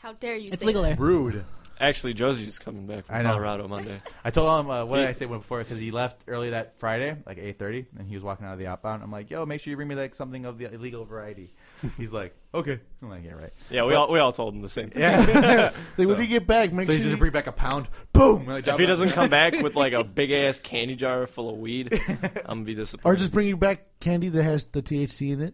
How dare you?
It's
say
legal
that.
there.
rude.
Actually, Josie's coming back
I
from
know.
Colorado Monday.
I told him uh, what did
He-
I say when before because he left early that Friday, like eight thirty, and he was walking out of the outbound. I'm like, "Yo, make sure you bring me like something of the illegal variety." He's like, "Okay." I'm like, "Yeah, right."
Yeah, we all we all told him the same thing.
Yeah.
Like,
so,
when you get back, make
so he
sure
says,
you,
"Bring back a pound." Boom. and I
If
drop
he
it.
doesn't come back with like a big ass candy jar full of weed, I'm gonna be disappointed.
or just bring you back candy that has the THC in it.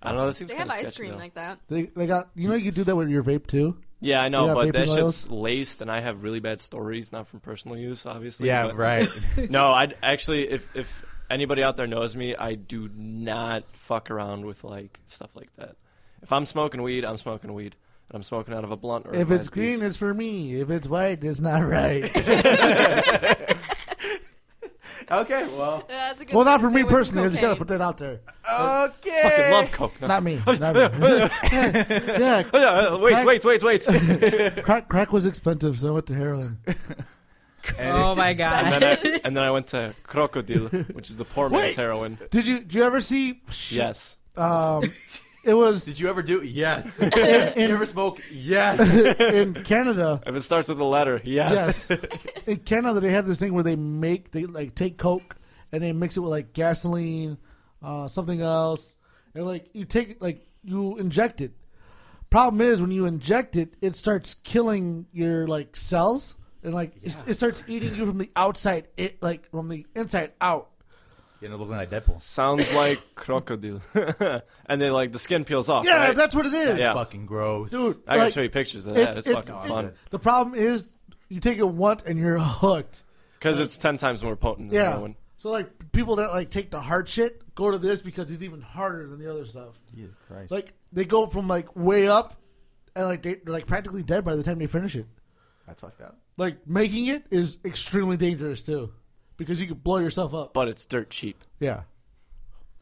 I don't know. That seems
They
kind
have
of
ice cream like that.
They, they got you know you can do that with your vape too.
Yeah, I know,
Yeah,
but that
vaping oils.
shit's laced, and I have really bad stories, not from personal use, obviously.
yeah,
but-
right.
No, I actually, if if anybody out there knows me, I do not fuck around with like stuff like that. If I'm smoking weed, I'm smoking weed, and I'm smoking out of a blunt. Or a
If
glass
it's green,
piece.
it's for me. If it's white, it's not right.
okay, well,
Yeah, that's a good
well,
way
not
to
for
stay
me
away from
personally. I just gotta
cocaine.
put that out there.
okay.
fucking love coke. No.
Not me. Not me. yeah,
Oh, yeah, uh, wait,
Crack-
wait, wait, wait. and
crack, crack was expensive, so I went to heroin.
And
Oh
it's-
my
it's-
god.
then I and then I went to crocodile, which is the poor man's heroin.
Did you? Did you ever see? shit,
Yes.
Um, it was
Did you ever do? Yes. Did you ever smoke? Yes.
in Canada.
If it starts with a letter, yes.
Yes. in Canada, they have this thing where they make they like take Coke and they mix it with like gasoline, uh, something else, and like you take it like you inject it. Problem is when you inject it, it starts killing your like cells and like it, it starts eating you from the outside, it like from the inside out.
You know, looking like Deadpool.
Sounds like crocodile, and they like the skin peels off.
Yeah,
right?
that's what it is,
Yeah.
Fucking gross,
dude.
I gotta
like,
show you pictures of
it's-
that. It's,
it's-
fucking
it-
fun
The problem is you take it once and you're hooked.
because it's ten times more potent than
Yeah.
heroin.
So like people that like take the hard shit go to this because it's even harder than the other stuff.
Jesus Christ.
Like they go from like way up, and like they, they're like practically dead by the time they finish it.
That's fucked up.
Like making it is extremely dangerous too, because you could blow yourself up.
but it's dirt cheap.
Yeah.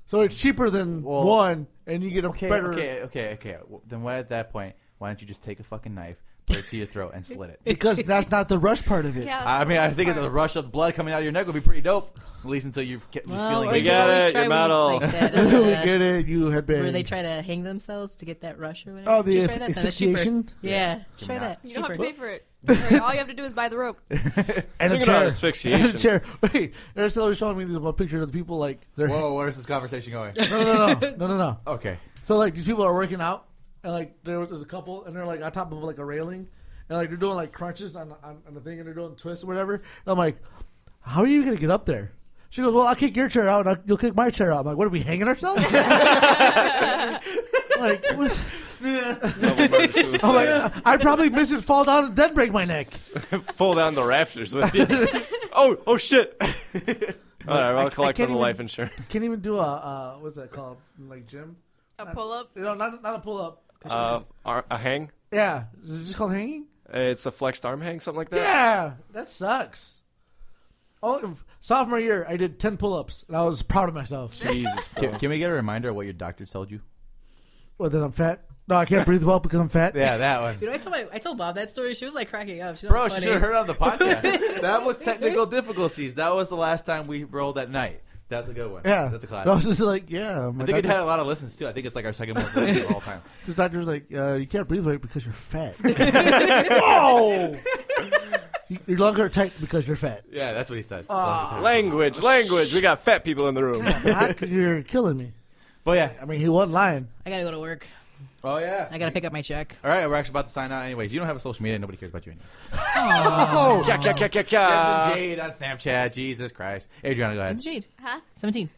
So it's cheaper than
Well-
one, and you get a
Okay,
better.
okay, okay, okay. Well, then why at that point? Why don't you just take a fucking knife, put it to your throat, and slit it?
Because that's not the rush part of it.
Yeah,
I mean, I think the
hard.
rush of blood coming out of your neck would be pretty dope. At least until you get just
Well,
feeling.
or
We
you
good.
could
got
always
it,
try
you're
weed
metal.
Like that,
we
uh,
get it. You had been.
where they try to hang themselves to get that rush or whatever.
Oh, the
Just try that. No, that's cheaper.
asphyxiation?
Yeah,
Give
try
me
that.
that.
You don't have to
Cheaper.
pay for it. Right, All you have to do is buy the rope.
and a
Speaking about
chair.
asphyxiation.
And a chair. Wait, Aristotle was showing me this one picture of the people like they're.
Whoa, where's this conversation going?
No, no, no, no, no, no.
Okay.
So like these people are working out, and like there was there's a couple, and they're like on top of like a railing, and like they're doing like crunches on on, on the thing, and they're doing twists or whatever. And I'm like, how are you gonna get up there? She goes, well, I'll kick your chair out, and I'll, you'll kick my chair out. I'm like, what are we hanging ourselves? like, what-
Double murder
I'm
suicide.
like, I probably miss it, fall down, and then break my neck.
Fall down the rafters with you. oh, oh shit! All right,
I-
I'll
I
collect
can't
on the
even-
life insurance.
Can't even do a uh, what's that called? Like gym?
A pull up.
You know, not not a pull up.
Uh, ar- a hang?
Yeah, is it just called hanging?
It's a flexed arm hang, something like that.
Yeah, that sucks. Oh, sophomore year, I did ten pull-ups, and I was proud of myself.
Jesus, bro.
Can, can we get a reminder of what your doctor told you?
Well, then I'm fat. No, I can't breathe well because I'm fat.
Yeah, that one.
Dude, I told my, I told Bob that story. She was like cracking up. She
Bro,
thought it was
she
funny.
should have heard on the podcast. that was technical difficulties. That was the last time we rolled at night. That's a good one.
yeah.
That's a classic.
I was just like, yeah. My
I think it
doctor,
had a lot of listens too. I think it's like our second most listened of all time.
the doctor was like, uh, you can't breathe right because you're fat. Whoa! Your lungs are tight because you're fat.
Yeah, that's what he said.
Language, language. We got fat people in the room.
I- you're killing me.
but yeah.
I mean, he wasn't lying.
I gotta go to work.
Oh yeah.
I gotta pick up my check.
All right, we're actually about to sign out. Anyways, you don't have a social media. Nobody cares about you. Anyways. Uh,
Oh,
Kya, kya, kya, kya,
Jensen
kya.
Jade on Snapchat. Jesus Christ. Adriana, go ahead.
Jade,
Huh?
seventeen.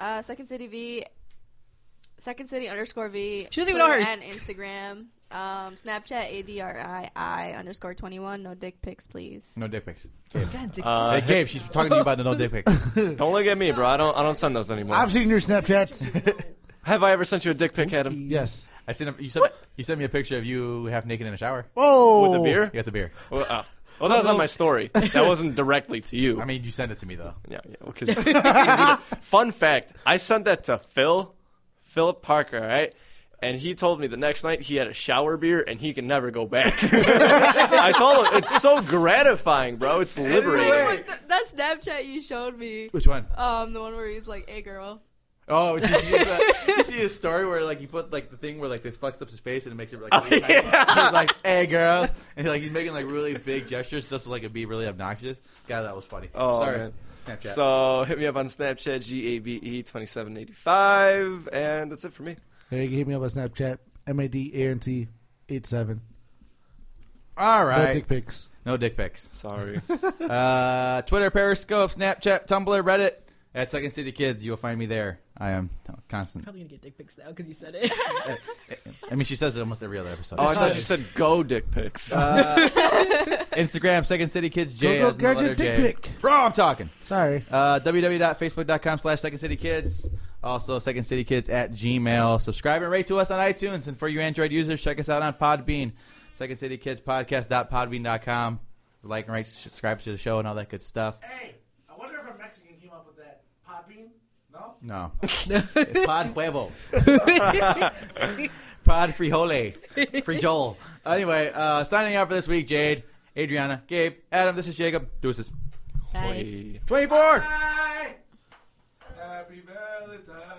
Uh, Second City V. Second City underscore V.
She doesn't even know
Twitter
hers.
And Instagram. Um, Snapchat A D R I I underscore twenty one. No dick pics, please.
No dick pics.
God, dick-
Uh,
Hey, Gabe, she's talking to you about the no dick pics.
don't look at me, bro. I don't. I don't send those anymore.
I've seen your Snapchats.
Have I ever sent you a dick pic, Adam?
yes.
I sent a, you sent you sent me a picture of you half naked in a shower.
Oh,
With a beer?
You got the beer.
Well, uh, well, that was on my story. That wasn't directly to you.
I mean, you sent it to me though.
yeah, yeah. well, 'cause- fun fact: I sent that to Phil, Philip Parker, all right? And he told me the next night he had a shower beer and he can never go back. I told him it's so gratifying, bro. It's liberating.
Wait, but th- that Snapchat you showed me.
Which one?
Um, the one where he's like, "Hey, girl."
Oh, did you, see the, you see his story where like he put like the thing where like this fucks up his face and it makes it like really tight? he's like, "Hey, girl," and like he's making like really big gestures just to, like it'd be really obnoxious. God, that was funny.
Oh,
Sorry.
man.
Snapchat.
So hit me up on Snapchat G A B E twenty seven eighty five, and that's it for me.
Hey, you hit me up on Snapchat. M A D A N T eight seven.
all
No
right,
dick pics.
no dick pics.
Sorry. Oh,
Uh, Twitter, Periscope, Snapchat, Tumblr, Reddit. At Second City Kids, you will find me there. I am constant.
probably gonna get dick pics now because you said it.
I mean, she says it almost every other episode.
Oh, I thought you said go dick
Uh,
pics.
Instagram, Second City Kids J.
Go, go,
as in the
get your
letter
dick
J.
pic.
Bro, I'm talking.
Sorry.
Uh, www.facebook.com slash Second City Kids. Also, Second City Kids at Gmail. Subscribe and rate to us on iTunes. And for you Android users, check us out on Podbean. Second City Kids Podcast.podbean.com. Like and rate, subscribe to the show, and all that good stuff.
Hey, I wonder if a Mexican came up with that pot bean. No.
No. Pod huevo. Pod frijole. Frijol. Anyway, uh, signing out for this week, Jade, Adriana, Gabe, Adam, this is Jacob. Deuces.
Bye.
Hey.
24!
Happy Valentine's.